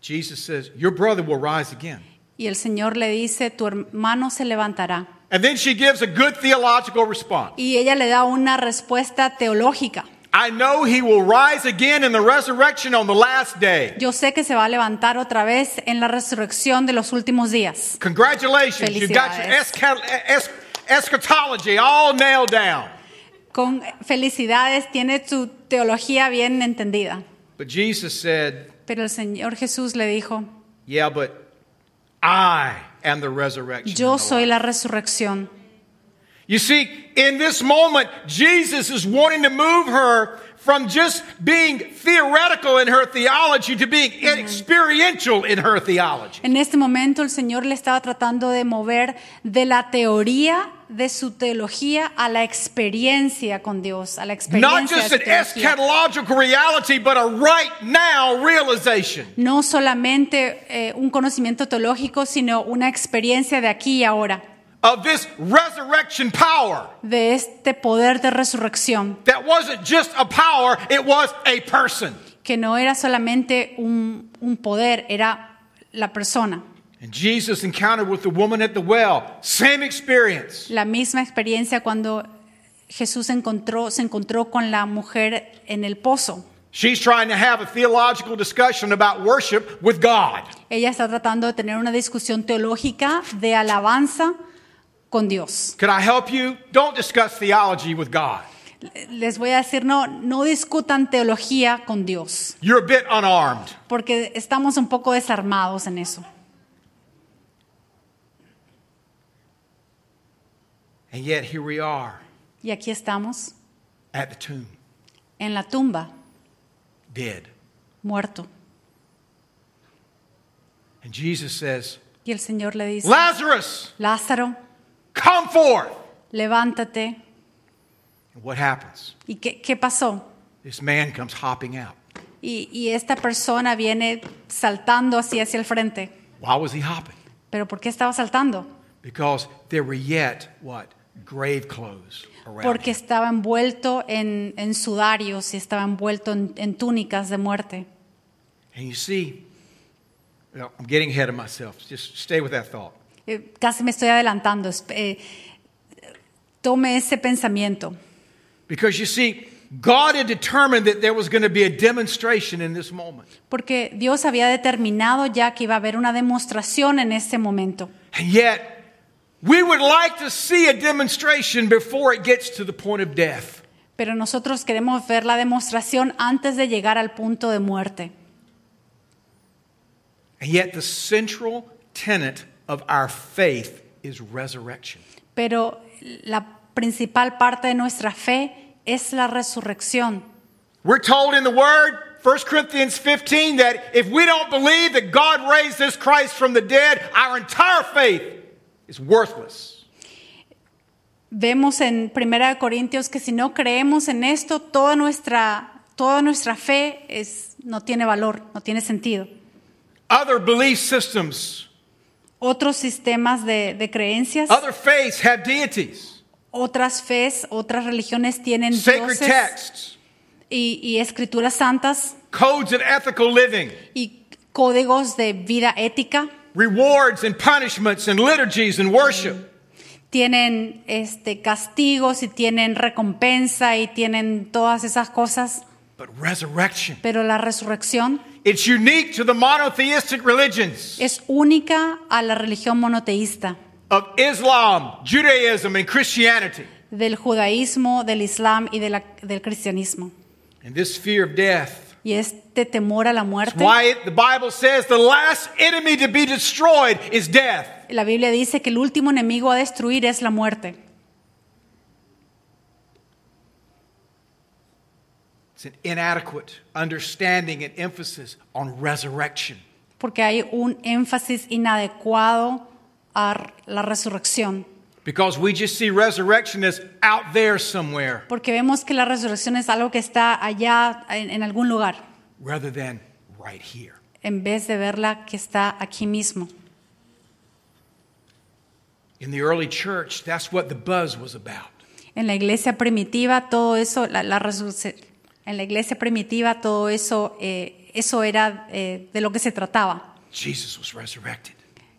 Speaker 1: Jesus says, Your brother will rise again.
Speaker 2: Y el Señor le dice, tu hermano se levantará.
Speaker 1: And then she gives a good theological response.
Speaker 2: Y ella le da una respuesta teológica.
Speaker 1: I know he will rise again in the resurrection on the last day.
Speaker 2: Yo sé que se va a levantar otra vez en la resurrección de los últimos días.
Speaker 1: Congratulations, you got your esca- es- eschatology all nailed down.
Speaker 2: Con felicidades, tiene su teología bien entendida.
Speaker 1: But Jesus said,
Speaker 2: Pero el Señor Jesús le dijo,
Speaker 1: Yeah, but I am the resurrection. and
Speaker 2: yo
Speaker 1: the
Speaker 2: soy
Speaker 1: life."
Speaker 2: la resurrección.
Speaker 1: You see, in this moment, Jesus is wanting to move her from just being theoretical in her theology to being
Speaker 2: Mm-hmm.
Speaker 1: experiential in her theology.
Speaker 2: En este momento el Señor le estaba tratando de mover de la teoría de su teología a la experiencia con Dios, a la experiencia
Speaker 1: Not just
Speaker 2: de
Speaker 1: an
Speaker 2: su teología.
Speaker 1: eschatological reality, but a right now realization.
Speaker 2: no solamente eh, un conocimiento teológico, sino una experiencia de aquí y ahora,
Speaker 1: of this resurrection power
Speaker 2: de este poder de resurrección,
Speaker 1: that wasn't just a power, it was a person.
Speaker 2: que no era solamente un, un poder, era la persona.
Speaker 1: And Jesus' encounter with the woman at the well, same experience.
Speaker 2: La misma experiencia cuando Jesús encontró, se encontró con la mujer en el pozo.
Speaker 1: She's trying to have a theological discussion about worship with God.
Speaker 2: Ella está tratando de tener una discusión teológica de alabanza con Dios.
Speaker 1: Could I help you? Don't discuss theology with God.
Speaker 2: Les voy a decir, no, no discutan teología con Dios,
Speaker 1: You're a bit unarmed.
Speaker 2: porque estamos un poco desarmados en eso.
Speaker 1: And yet here we are
Speaker 2: Y aquí estamos,
Speaker 1: at the tomb,
Speaker 2: en la tumba,
Speaker 1: dead.
Speaker 2: muerto.
Speaker 1: And Jesus says,
Speaker 2: Y el Señor le dice,
Speaker 1: Lazarus,
Speaker 2: Lázaro,
Speaker 1: come forth.
Speaker 2: levántate.
Speaker 1: And what happens?
Speaker 2: ¿Y qué, qué pasó?
Speaker 1: This man comes hopping out.
Speaker 2: Y, y esta persona viene saltando así hacia el frente.
Speaker 1: Why was he hopping?
Speaker 2: ¿Pero por qué estaba saltando?
Speaker 1: Because there were yet what? Grave clothes around
Speaker 2: Porque
Speaker 1: him.
Speaker 2: estaba envuelto en, en sudarios y estaba envuelto en, en túnicas de muerte.
Speaker 1: And you see, you know, I'm getting ahead of myself. Just stay with that thought.
Speaker 2: Eh, casi me estoy adelantando. Es- eh, tome ese pensamiento.
Speaker 1: Because you see, God had determined that there was going to be a demonstration in this moment.
Speaker 2: Porque Dios había determinado ya que iba a haber una demostración en ese momento.
Speaker 1: And yet, we would like to see a demonstration before it gets to the point of death.
Speaker 2: Pero nosotros queremos ver la demostración antes de llegar al punto de muerte.
Speaker 1: And yet, the central tenet of our faith is resurrection.
Speaker 2: Pero la principal parte de nuestra fe es la resurrección.
Speaker 1: We're told in the Word, 1 Corinthians 15, that if we don't believe that God raised this Christ from the dead, our entire faith is worthless.
Speaker 2: Vemos en Primera de Corintios que si no creemos en esto, toda nuestra, toda nuestra fe es, no tiene valor, no tiene sentido.
Speaker 1: Other belief systems,
Speaker 2: Otros sistemas de, de creencias,
Speaker 1: other faiths have deities,
Speaker 2: otras fes, otras religiones tienen
Speaker 1: sacred
Speaker 2: dioses
Speaker 1: texts,
Speaker 2: y, y escrituras santas
Speaker 1: codes of ethical living,
Speaker 2: y códigos de vida ética.
Speaker 1: rewards and punishments and liturgies and worship.
Speaker 2: Tienen este, castigos y tienen recompensa y tienen todas esas cosas.
Speaker 1: But resurrection,
Speaker 2: Pero la resurrección
Speaker 1: it's unique to the monotheistic religions
Speaker 2: es única a la religión monoteísta,
Speaker 1: of Islam, Judaism, and Christianity.
Speaker 2: del judaísmo, del islam y de la- del cristianismo.
Speaker 1: And this fear of death
Speaker 2: Y este temor a la
Speaker 1: It's
Speaker 2: muerte,
Speaker 1: why it, the Bible says the last enemy to be destroyed is death.
Speaker 2: la Biblia dice que el último enemigo a destruir es la muerte.
Speaker 1: It's an inadequate understanding and emphasis on resurrection.
Speaker 2: porque hay un énfasis inadecuado a la resurrección.
Speaker 1: Because we just see resurrection as out there somewhere
Speaker 2: Porque vemos que la resurrección es algo que está allá en, en algún lugar,
Speaker 1: rather than right here.
Speaker 2: en vez de verla que está aquí mismo.
Speaker 1: In the early church, that's what the buzz was about.
Speaker 2: En la iglesia primitiva todo eso, la, la resurrec- en la iglesia primitiva todo eso, eh, eso era eh, de lo que se trataba.
Speaker 1: Jesus was resurrected.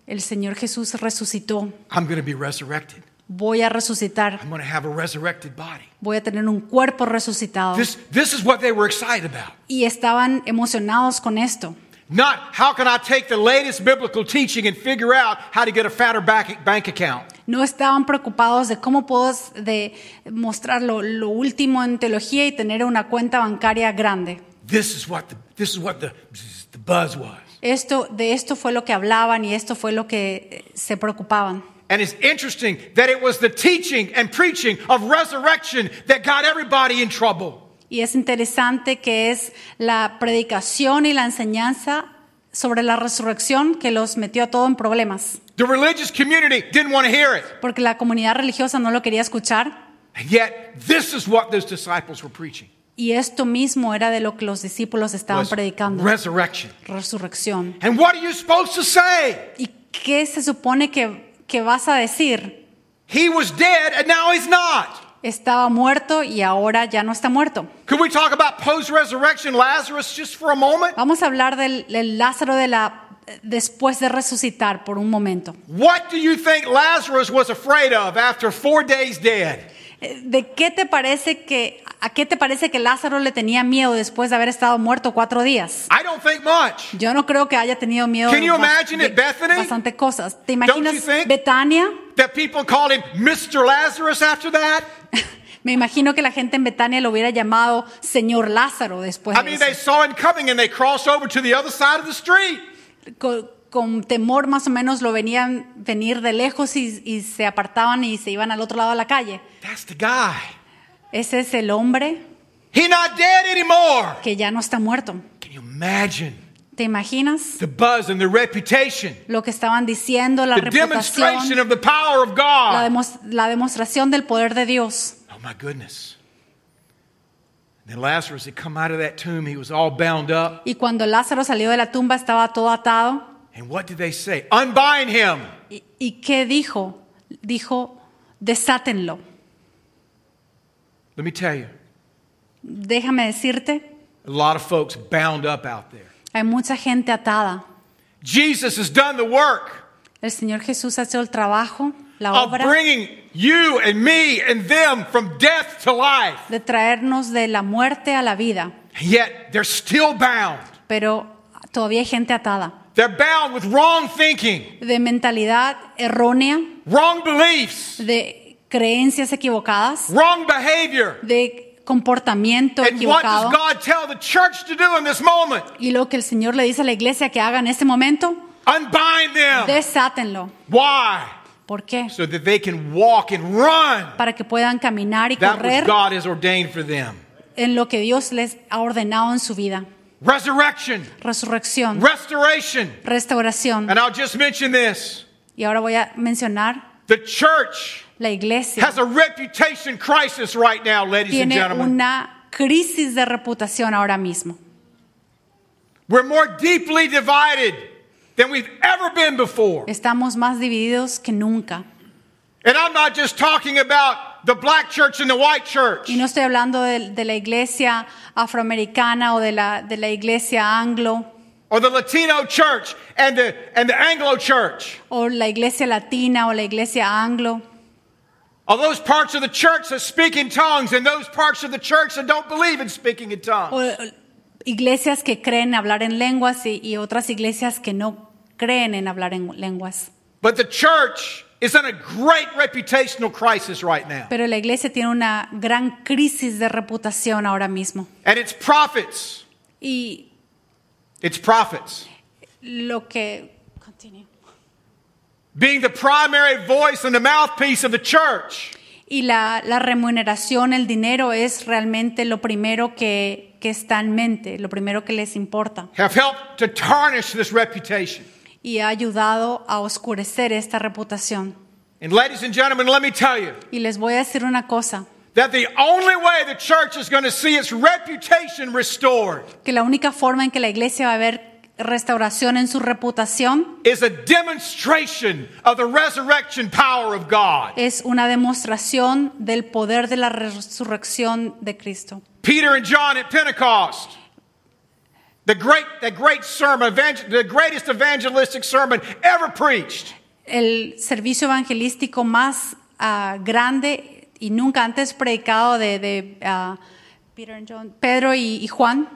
Speaker 2: El Señor Jesús resucitó.
Speaker 1: I'm going to be resurrected.
Speaker 2: Voy a resucitar.
Speaker 1: I'm going to have a resurrected body.
Speaker 2: Voy a tener un cuerpo resucitado.
Speaker 1: This, this is what they were excited about.
Speaker 2: Y estaban emocionados con esto.
Speaker 1: Not how can I take the latest biblical teaching and figure out how to get a fatter back- bank account.
Speaker 2: No estaban preocupados de cómo puedo de mostrar lo, lo último en teología y tener una cuenta bancaria grande.
Speaker 1: This is what the, this is what the, the buzz was.
Speaker 2: Esto, de esto fue lo que hablaban y esto fue lo que eh, se preocupaban.
Speaker 1: And it's interesting that it was the teaching and preaching of resurrection that got everybody in trouble.
Speaker 2: Y es interesante que es la predicación y la enseñanza sobre la resurrección que los metió a todo en problemas,
Speaker 1: The religious community didn't want to hear it.
Speaker 2: porque la comunidad religiosa no lo quería escuchar
Speaker 1: And yet, this is what those disciples were preaching.
Speaker 2: y esto mismo era de lo que los discípulos estaban
Speaker 1: was
Speaker 2: predicando,
Speaker 1: resurrection.
Speaker 2: resurrección.
Speaker 1: And what are you supposed to say?
Speaker 2: ¿Y qué se supone que, que vas a decir?
Speaker 1: He was dead and now he's not.
Speaker 2: Estaba muerto y ahora ya no está muerto.
Speaker 1: Could we talk about post-resurrection Lazarus just for a moment?
Speaker 2: Vamos a hablar del, del Lázaro de la después de resucitar por un momento.
Speaker 1: What do you think Lazarus was afraid of after 4 days dead?
Speaker 2: Eh, ¿De qué te parece que ¿A qué te parece que Lázaro le tenía miedo después de haber estado muerto cuatro días?
Speaker 1: I don't think much.
Speaker 2: Yo no creo que haya tenido miedo
Speaker 1: Can you
Speaker 2: bas-
Speaker 1: imagine
Speaker 2: de
Speaker 1: it, Bethany?
Speaker 2: bastante cosas. ¿Te
Speaker 1: you
Speaker 2: imaginas
Speaker 1: think?
Speaker 2: Betania?
Speaker 1: That people called him Mr. Lazarus after that.
Speaker 2: Me imagino que la gente en Betania lo hubiera llamado Señor Lázaro después
Speaker 1: I
Speaker 2: de
Speaker 1: mean,
Speaker 2: eso.
Speaker 1: they saw him coming and they crossed over to the other side of the street.
Speaker 2: con, con temor más o menos lo venían venir de lejos y, y se apartaban y se iban al otro lado de la calle.
Speaker 1: That's the guy.
Speaker 2: Ese es el hombre
Speaker 1: He not dead anymore.
Speaker 2: que ya no está muerto.
Speaker 1: Can you imagine
Speaker 2: ¿Te imaginas
Speaker 1: the buzz and the reputation,
Speaker 2: lo que estaban diciendo, la
Speaker 1: the demonstration
Speaker 2: reputación,
Speaker 1: of the power of
Speaker 2: la,
Speaker 1: God?
Speaker 2: demos- la demostración del poder de Dios?
Speaker 1: Oh my goodness. Then Lazarus had come out of that tomb. He was all bound up.
Speaker 2: Y cuando Lázaro salió de la tumba estaba todo atado.
Speaker 1: And what did they say? Unbind him.
Speaker 2: ¿Y, y qué dijo? Dijo, desátenlo.
Speaker 1: Let me tell you,
Speaker 2: Déjame decirte,
Speaker 1: a lot of folks bound up out there.
Speaker 2: hay mucha gente atada.
Speaker 1: Jesus has done the work
Speaker 2: El Señor Jesús ha hecho el trabajo, la
Speaker 1: of
Speaker 2: obra.
Speaker 1: bringing you and me and them from death to life.
Speaker 2: de traernos de la muerte a la vida,
Speaker 1: Yet they're still bound.
Speaker 2: pero todavía hay gente atada,
Speaker 1: They're bound with wrong thinking,
Speaker 2: de mentalidad errónea,
Speaker 1: wrong beliefs,
Speaker 2: de creencias equivocadas,
Speaker 1: wrong behavior.
Speaker 2: de comportamiento
Speaker 1: And what does
Speaker 2: equivocado.
Speaker 1: God tell the church to do in this moment?
Speaker 2: Y lo que el Señor le dice a la iglesia que haga en este momento,
Speaker 1: Unbind them.
Speaker 2: desátenlo.
Speaker 1: Why?
Speaker 2: ¿Por qué?
Speaker 1: So that they can walk and run.
Speaker 2: Para que puedan caminar y
Speaker 1: That which
Speaker 2: correr
Speaker 1: God has ordained for them.
Speaker 2: en lo que Dios les ha ordenado en su vida.
Speaker 1: Resurrection,
Speaker 2: Resurrección,
Speaker 1: restoration.
Speaker 2: restauración.
Speaker 1: And I'll just mention this
Speaker 2: Y ahora voy a mencionar
Speaker 1: the church
Speaker 2: la iglesia.
Speaker 1: has a reputation crisis right now, ladies and
Speaker 2: Tiene
Speaker 1: gentlemen.
Speaker 2: una crisis de reputación ahora mismo.
Speaker 1: We're more deeply divided than we've ever been before.
Speaker 2: Estamos más divididos que nunca.
Speaker 1: And I'm not just talking about the black church and the white church.
Speaker 2: Y no estoy hablando de, de la iglesia afroamericana o de la, de la iglesia anglo
Speaker 1: or the Latino church and the and the Anglo church.
Speaker 2: o la iglesia latina o la iglesia anglo
Speaker 1: Are those parts of the church that speak in tongues and those parts of the church that don't believe in speaking in
Speaker 2: o
Speaker 1: tongues?
Speaker 2: eh, iglesias que creen hablar en lenguas y, y otras iglesias que no creen en hablar en lenguas.
Speaker 1: But the church is in a great reputational crisis right now.
Speaker 2: Pero la iglesia tiene una gran crisis de reputación ahora mismo.
Speaker 1: And its prophets,
Speaker 2: Y
Speaker 1: its prophets
Speaker 2: lo que... Continue.
Speaker 1: being the primary voice and the mouthpiece of the church.
Speaker 2: Y la, la remuneración, el dinero es realmente lo primero que, que está en mente, lo primero que les importa.
Speaker 1: have helped to tarnish this reputation.
Speaker 2: Y ha ayudado a oscurecer esta reputación.
Speaker 1: And ladies and gentlemen, let me tell you
Speaker 2: Y les voy a decir una cosa,
Speaker 1: that the only way the church is going to see its reputation restored
Speaker 2: que la única forma en que la iglesia va a ver restauración en su reputación
Speaker 1: is a demonstration of the resurrection power of God.
Speaker 2: es una demostración del poder de la resurrección de Cristo.
Speaker 1: Peter and John at Pentecost. The great, the great sermon, evangel- the greatest evangelistic sermon ever preached.
Speaker 2: El servicio evangelístico más ah, grande y nunca antes predicado de, de, ah, Peter and John- Pedro y- y Juan.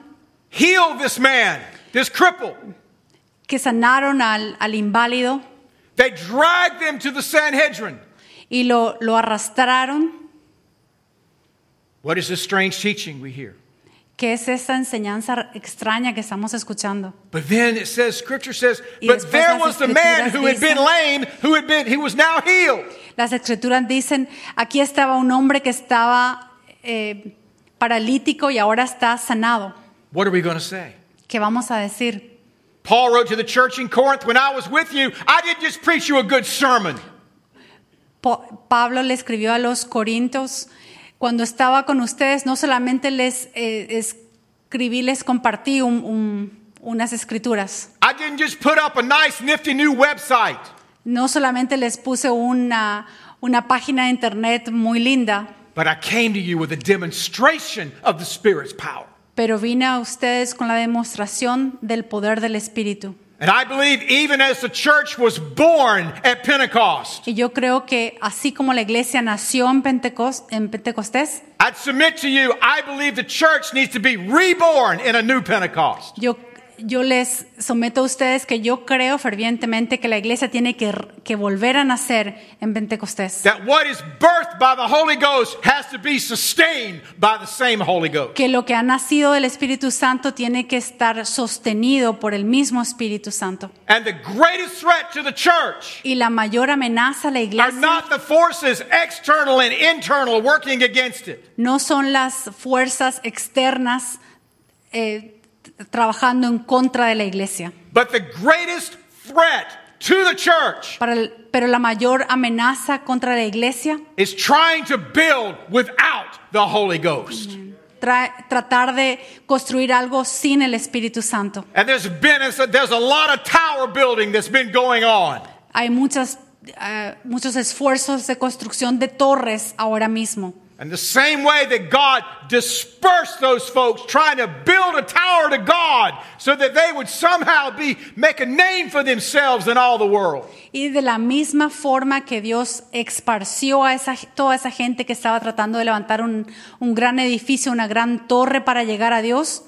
Speaker 1: Healed this man, this cripple.
Speaker 2: que sanaron al, al inválido
Speaker 1: They dragged them to the Sanhedrin.
Speaker 2: y lo, lo arrastraron,
Speaker 1: What is this strange teaching we hear?
Speaker 2: que es esa enseñanza extraña que estamos escuchando.
Speaker 1: But then it says, Scripture says,
Speaker 2: Y
Speaker 1: but
Speaker 2: después
Speaker 1: there
Speaker 2: las
Speaker 1: was the man
Speaker 2: Escrituras
Speaker 1: who had been
Speaker 2: dicen-
Speaker 1: lame, who had been, he was now healed.
Speaker 2: Las escrituras dicen, aquí estaba un hombre que estaba eh, paralítico y ahora está sanado.
Speaker 1: What are we going to say?
Speaker 2: ¿Qué vamos a decir?
Speaker 1: Paul wrote to the church in Corinth, when I was with you, I didn't just preach you a good sermon.
Speaker 2: Po- Pablo le escribió a los Corintios, cuando estaba con ustedes, no solamente les eh, escribí, les compartí un- un- unas escrituras.
Speaker 1: I didn't just put up a nice, nifty new website.
Speaker 2: No solamente les puse una, una página de internet muy linda,
Speaker 1: But I came to you with a demonstration of the Spirit's power.
Speaker 2: pero vine a ustedes con la demostración del poder del Espíritu.
Speaker 1: And I believe even as the church was born at Pentecost,
Speaker 2: Y yo creo que así como la iglesia nació en, Pentecos- en Pentecostés,
Speaker 1: I'd submit to you, I believe the church needs to be reborn in a new Pentecost.
Speaker 2: yo, yo les someto a ustedes que yo creo fervientemente que la iglesia tiene que, r- que volver a nacer en Pentecostés.
Speaker 1: That what is birthed by the Holy Ghost has to be sustained by the same Holy Ghost.
Speaker 2: Que lo que ha nacido del Espíritu Santo tiene que estar sostenido por el mismo Espíritu Santo.
Speaker 1: And the greatest threat to the church
Speaker 2: Y la mayor amenaza a la
Speaker 1: are
Speaker 2: iglesia
Speaker 1: not the forces external and internal working against it.
Speaker 2: no son las fuerzas externas eh, t- trabajando en contra de la iglesia.
Speaker 1: But the greatest threat to the church
Speaker 2: Para el- pero la mayor amenaza contra la iglesia
Speaker 1: is trying to build without the Holy Ghost.
Speaker 2: tra- tratar de construir algo sin el Espíritu Santo.
Speaker 1: And there's been there's a lot of tower building that's been going on.
Speaker 2: Hay muchas, eh, muchos esfuerzos de construcción de torres ahora mismo.
Speaker 1: And the same way that God dispersed those folks trying to build a tower to God so that they would somehow be make a name for themselves in all the world.
Speaker 2: Y de la misma forma que Dios esparció a esa, toda esa gente que estaba tratando de levantar un, un gran edificio, una gran torre para llegar a Dios,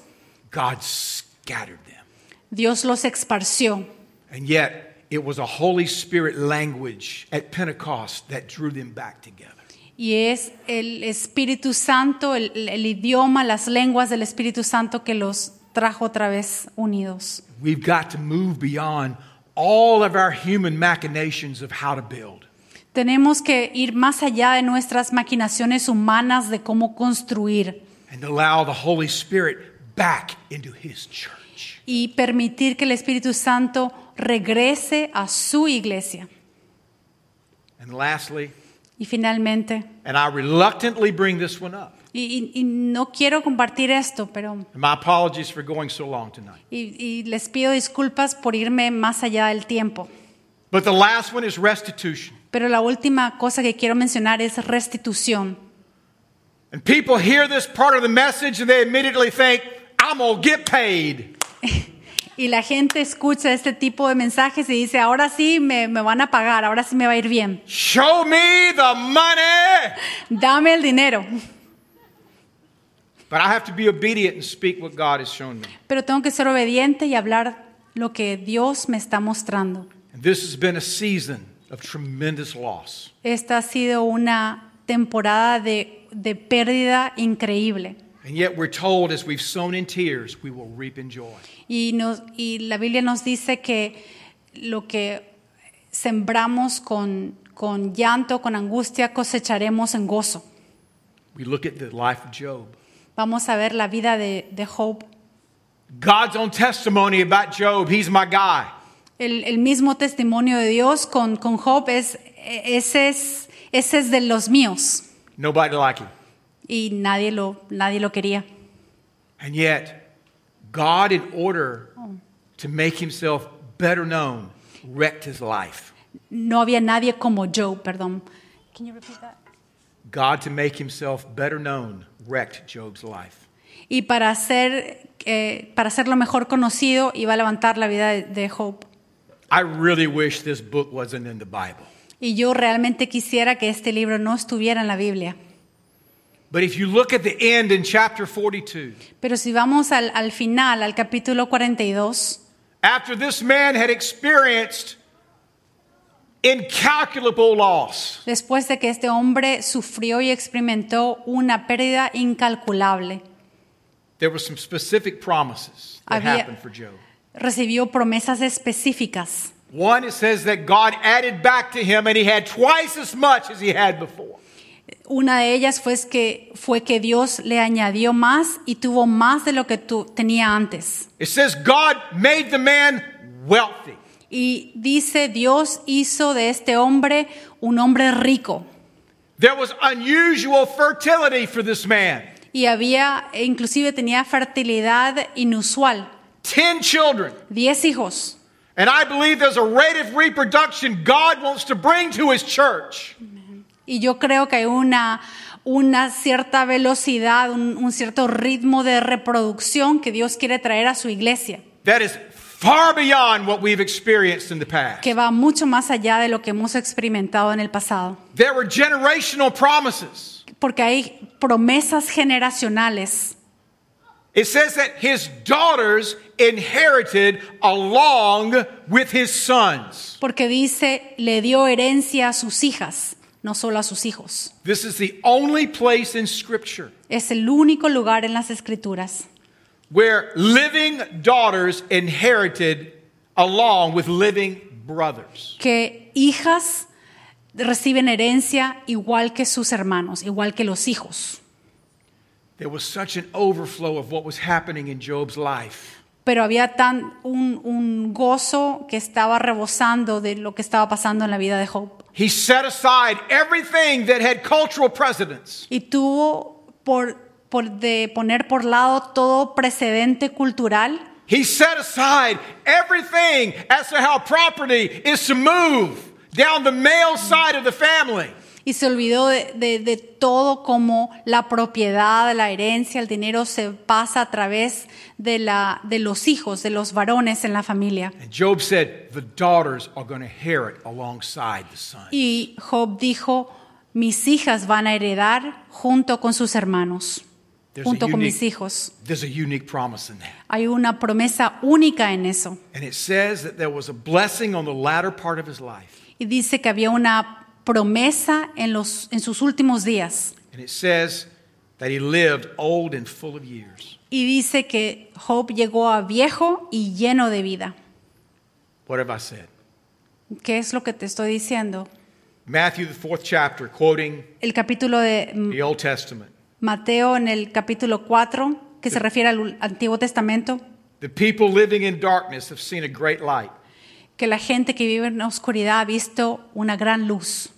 Speaker 1: God scattered them.
Speaker 2: Dios los esparció.
Speaker 1: And yet it was a Holy Spirit language at Pentecost that drew them back together.
Speaker 2: Y es el Espíritu Santo, el, el- el idioma, las lenguas del Espíritu Santo que los trajo otra vez unidos.
Speaker 1: We've got to move beyond all of our human machinations of how to build.
Speaker 2: Tenemos que ir más allá de nuestras maquinaciones humanas de cómo construir
Speaker 1: and allow the Holy Spirit back into His church.
Speaker 2: y permitir que el Espíritu Santo regrese a su iglesia.
Speaker 1: And lastly,
Speaker 2: Y finalmente,
Speaker 1: and I reluctantly bring this one up.
Speaker 2: y, y- y no quiero compartir esto, pero
Speaker 1: And my apologies for going so long tonight.
Speaker 2: y- y les pido disculpas por irme más allá del tiempo.
Speaker 1: But the last one is restitution.
Speaker 2: Pero la última cosa que quiero mencionar es restitución.
Speaker 1: And people hear this part of the message and they immediately think, I'm going to get paid.
Speaker 2: Y la gente escucha este tipo de mensajes y dice, ahora sí me, me van a pagar, ahora sí me va a ir bien.
Speaker 1: Show me the money.
Speaker 2: Dame el dinero.
Speaker 1: But I have to be obedient and speak what God has shown me.
Speaker 2: Pero tengo que ser obediente y hablar lo que Dios me está mostrando.
Speaker 1: And this has been a season of tremendous loss.
Speaker 2: Esta ha sido una temporada de, de pérdida increíble.
Speaker 1: And yet we're told as we've sown in tears, we will reap in joy.
Speaker 2: Y, nos- y la Biblia nos dice que lo que sembramos con, con llanto, con angustia, cosecharemos en gozo.
Speaker 1: We look at the life of Job.
Speaker 2: Vamos a ver la vida de, de Job.
Speaker 1: God's own testimony about Job, he's my guy.
Speaker 2: El, el mismo testimonio de Dios con, con Job es, ese es, ese es de los míos.
Speaker 1: Nobody like him.
Speaker 2: Y nadie lo, nadie lo quería.
Speaker 1: And yet, God, in order to make himself better known, wrecked his life.
Speaker 2: No había nadie como Job, perdón.
Speaker 1: God, to make himself better known, wrecked Job's life.
Speaker 2: Y para ser, eh, para ser lo mejor conocido, iba a levantar la vida de, de Job.
Speaker 1: I really wish this book wasn't in the Bible.
Speaker 2: Y yo realmente quisiera que este libro no estuviera en la Biblia.
Speaker 1: But if you look at the end in chapter 42,
Speaker 2: Pero si vamos al, al final, al capítulo 42,
Speaker 1: after this man had experienced incalculable loss,
Speaker 2: después de que este hombre sufrió y experimentó una pérdida incalculable,
Speaker 1: there were some specific promises that
Speaker 2: Había-
Speaker 1: happened for Job.
Speaker 2: recibió promesas específicas.
Speaker 1: One, it says that God added back to him and he had twice as much as he had before.
Speaker 2: Una de ellas fue, es que, fue que Dios le añadió más y tuvo más de lo que tu- tenía antes.
Speaker 1: It says God made the man wealthy.
Speaker 2: Y dice, Dios hizo de este hombre un hombre rico.
Speaker 1: There was unusual fertility for this man.
Speaker 2: Y había, e inclusive tenía fertilidad inusual,
Speaker 1: Ten children.
Speaker 2: diez hijos.
Speaker 1: And I believe there's a rate of reproduction God wants to bring to his church.
Speaker 2: Y yo creo que hay una, una cierta velocidad, un, un cierto ritmo de reproducción que Dios quiere traer a su iglesia.
Speaker 1: That is far beyond what we've experienced in the past.
Speaker 2: que va mucho más allá de lo que hemos experimentado en el pasado.
Speaker 1: There were generational promises.
Speaker 2: Porque hay promesas generacionales.
Speaker 1: It says that his daughters inherited along with his sons.
Speaker 2: Porque dice, le dio herencia a sus hijas, no solo a sus hijos.
Speaker 1: This is the only place in Scripture
Speaker 2: Es el único lugar en las escrituras
Speaker 1: where living daughters inherited along with living brothers.
Speaker 2: que hijas reciben herencia igual que sus hermanos, igual que los hijos.
Speaker 1: There was such an overflow of what was happening in Job's life.
Speaker 2: Pero había tan un, un gozo que estaba rebosando de lo que estaba pasando en la vida de Job.
Speaker 1: He set aside everything that had cultural precedence
Speaker 2: Y tuvo por, por de poner por lado todo precedente cultural.
Speaker 1: He set aside everything as to how property is to move down the male side of the family.
Speaker 2: Y se olvidó de, de- de todo como la propiedad, la herencia, el dinero se pasa a través de, la, de los hijos, de los varones en la familia.
Speaker 1: And Job said, The daughters are going to inherit alongside the son.
Speaker 2: Y Job dijo, mis hijas van a heredar junto con sus hermanos,
Speaker 1: There's a
Speaker 2: junto con
Speaker 1: unique-
Speaker 2: mis hijos.
Speaker 1: There's a unique promise in that.
Speaker 2: Hay una promesa única en eso.
Speaker 1: And it says that there was a blessing on the latter part of his life.
Speaker 2: Y dice que había una promesa en, los, en sus últimos días.
Speaker 1: And it says that he lived old and full of years.
Speaker 2: Y dice que Job llegó a viejo y lleno de vida.
Speaker 1: What have I said?
Speaker 2: ¿Qué es lo que te estoy diciendo?
Speaker 1: Matthew, the fourth chapter, quoting
Speaker 2: El capítulo de M-
Speaker 1: the Old Testament.
Speaker 2: Mateo en el capítulo 4, que se refiere al ul- Antiguo Testamento,
Speaker 1: The people living in darkness have seen a great light.
Speaker 2: que la gente que vive en la oscuridad ha visto una gran luz.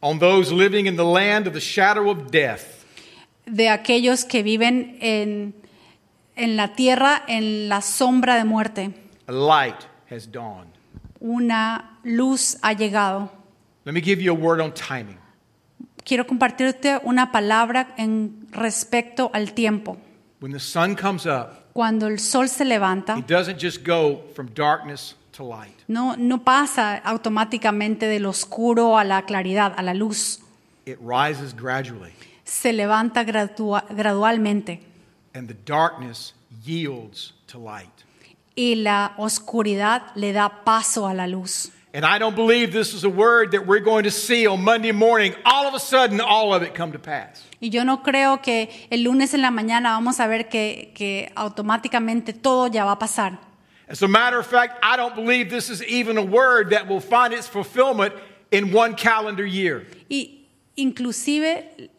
Speaker 1: on those living in the land of the shadow of death.
Speaker 2: de aquellos que viven en, en la tierra en la sombra de muerte.
Speaker 1: A light has dawned.
Speaker 2: Una luz ha llegado.
Speaker 1: Let me give you a word on timing.
Speaker 2: Quiero compartirte una palabra en respecto al tiempo.
Speaker 1: When the sun comes up,
Speaker 2: Cuando el sol se levanta,
Speaker 1: it doesn't just go from darkness to light,
Speaker 2: no, no pasa automáticamente del oscuro a la claridad, a la luz.
Speaker 1: it rises gradually,
Speaker 2: Se levanta gradua- gradualmente
Speaker 1: and the darkness yields to light.
Speaker 2: y la oscuridad le da paso a la luz.
Speaker 1: And I don't believe this is a word that we're going to see on Monday morning, all of a sudden, all of it come to pass.
Speaker 2: Y yo no creo que el lunes en la mañana vamos a ver que, que automáticamente todo ya va a pasar.
Speaker 1: As a matter of fact, I don't believe this is even a word that will find its fulfillment in one calendar year.
Speaker 2: Y inclusive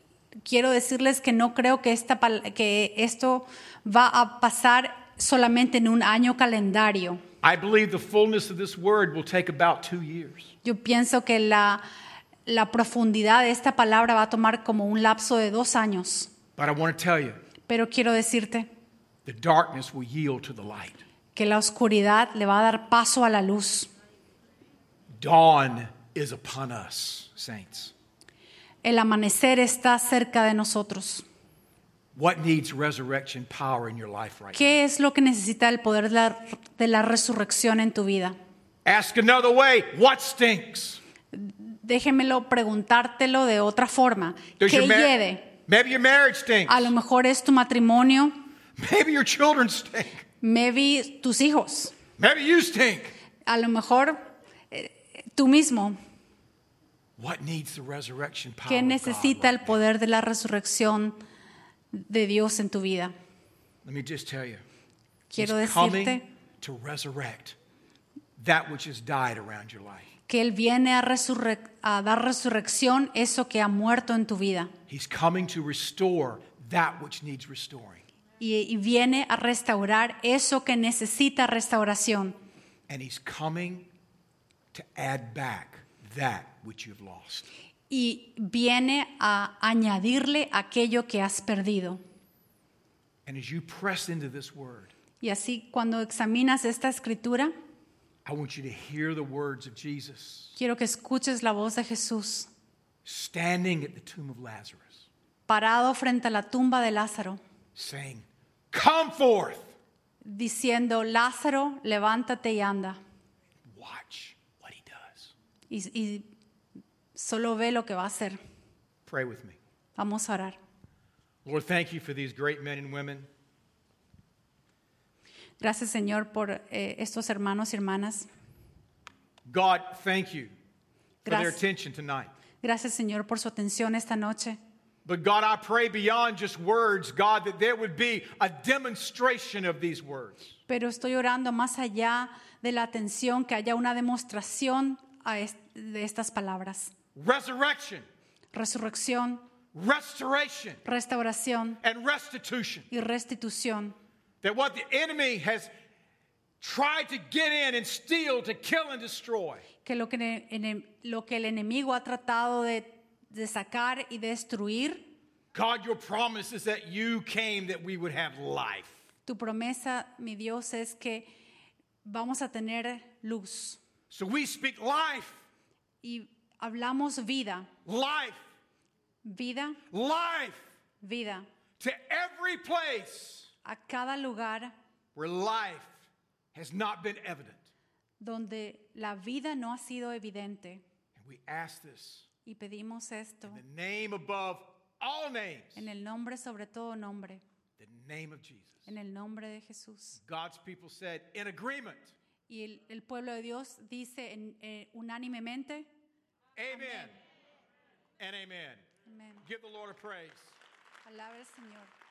Speaker 2: quiero decirles que no creo que, esta, pal- que esto va a pasar solamente en un año calendario.
Speaker 1: I believe the fullness of this word will take about two years.
Speaker 2: Yo pienso que la, la profundidad de esta palabra va a tomar como un lapso de dos años.
Speaker 1: But I want to tell you,
Speaker 2: Pero quiero decirte
Speaker 1: the darkness will yield to the light.
Speaker 2: que la oscuridad le va a dar paso a la luz.
Speaker 1: Dawn is upon us, saints.
Speaker 2: El amanecer está cerca de nosotros.
Speaker 1: What needs resurrection power in your life right
Speaker 2: ¿Qué es lo que necesita el poder de la, de la resurrección en tu vida?
Speaker 1: now? Ask another way. What stinks?
Speaker 2: Déjemelo preguntártelo de otra forma.
Speaker 1: Does
Speaker 2: ¿Qué
Speaker 1: your mar-
Speaker 2: hiede?
Speaker 1: Maybe your marriage stinks.
Speaker 2: A lo mejor es tu matrimonio,
Speaker 1: Maybe your children stink.
Speaker 2: maybe tus hijos,
Speaker 1: Maybe you stink.
Speaker 2: a lo mejor eh, tú mismo.
Speaker 1: What needs the resurrection power?
Speaker 2: ¿Qué
Speaker 1: of God
Speaker 2: necesita
Speaker 1: right
Speaker 2: el
Speaker 1: now?
Speaker 2: poder de la resurrección de Dios en tu vida?
Speaker 1: Let me just tell you.
Speaker 2: Quiero
Speaker 1: he's coming
Speaker 2: decirte
Speaker 1: to resurrect that which has died around your life.
Speaker 2: que Él viene a, resurrec- a dar resurrección eso que ha muerto en tu vida
Speaker 1: He's coming to restore that which needs restoring.
Speaker 2: y- y viene a restaurar eso que necesita restauración.
Speaker 1: And he's coming to add back that which you've lost.
Speaker 2: y viene a añadirle aquello que has perdido.
Speaker 1: And as you press into this word,
Speaker 2: Y así cuando examinas esta escritura,
Speaker 1: I want you to hear the words of Jesus
Speaker 2: quiero que escuches la voz de Jesús
Speaker 1: standing at the tomb of Lazarus,
Speaker 2: parado frente a la tumba de Lázaro,
Speaker 1: saying, Come forth.
Speaker 2: diciendo, Lázaro, levántate y anda.
Speaker 1: Watch what he does.
Speaker 2: Y, y solo ve lo que va a hacer.
Speaker 1: Pray with me.
Speaker 2: Vamos a orar.
Speaker 1: Lord, thank you for these great men and women.
Speaker 2: Gracias Señor por eh, estos hermanos y hermanas.
Speaker 1: God, thank you for their
Speaker 2: Gracias.
Speaker 1: attention tonight.
Speaker 2: Gracias Señor por su atención esta noche.
Speaker 1: But God, I pray beyond just words, God, that there would be a demonstration of these words.
Speaker 2: Pero estoy orando más allá de la atención, que haya una demostración a es- de estas palabras.
Speaker 1: Resurrection,
Speaker 2: Resurrección,
Speaker 1: restoration,
Speaker 2: restauración
Speaker 1: and restitution.
Speaker 2: y restitución.
Speaker 1: That what the enemy has tried to get in and steal, to kill and destroy,
Speaker 2: Que lo que, ne- ene- lo que el enemigo ha tratado de, de sacar y destruir,
Speaker 1: God, your promise is that you came that we would have life.
Speaker 2: tu promesa, mi Dios, es que vamos a tener luz.
Speaker 1: So we speak life,
Speaker 2: Y hablamos vida,
Speaker 1: life,
Speaker 2: vida,
Speaker 1: life
Speaker 2: vida,
Speaker 1: to every place
Speaker 2: a cada lugar
Speaker 1: where life has not been evident.
Speaker 2: donde la vida no ha sido evidente.
Speaker 1: And we ask this
Speaker 2: Y pedimos esto
Speaker 1: in the name above all names,
Speaker 2: en el nombre, sobre todo nombre,
Speaker 1: the name of Jesus.
Speaker 2: en el nombre de Jesús.
Speaker 1: God's people said, in agreement,
Speaker 2: Y el, el pueblo de Dios dice en- eh, unánimemente,
Speaker 1: amen, and amen.
Speaker 2: amén.
Speaker 1: Give the Lord a praise.
Speaker 2: Palabra del Señor.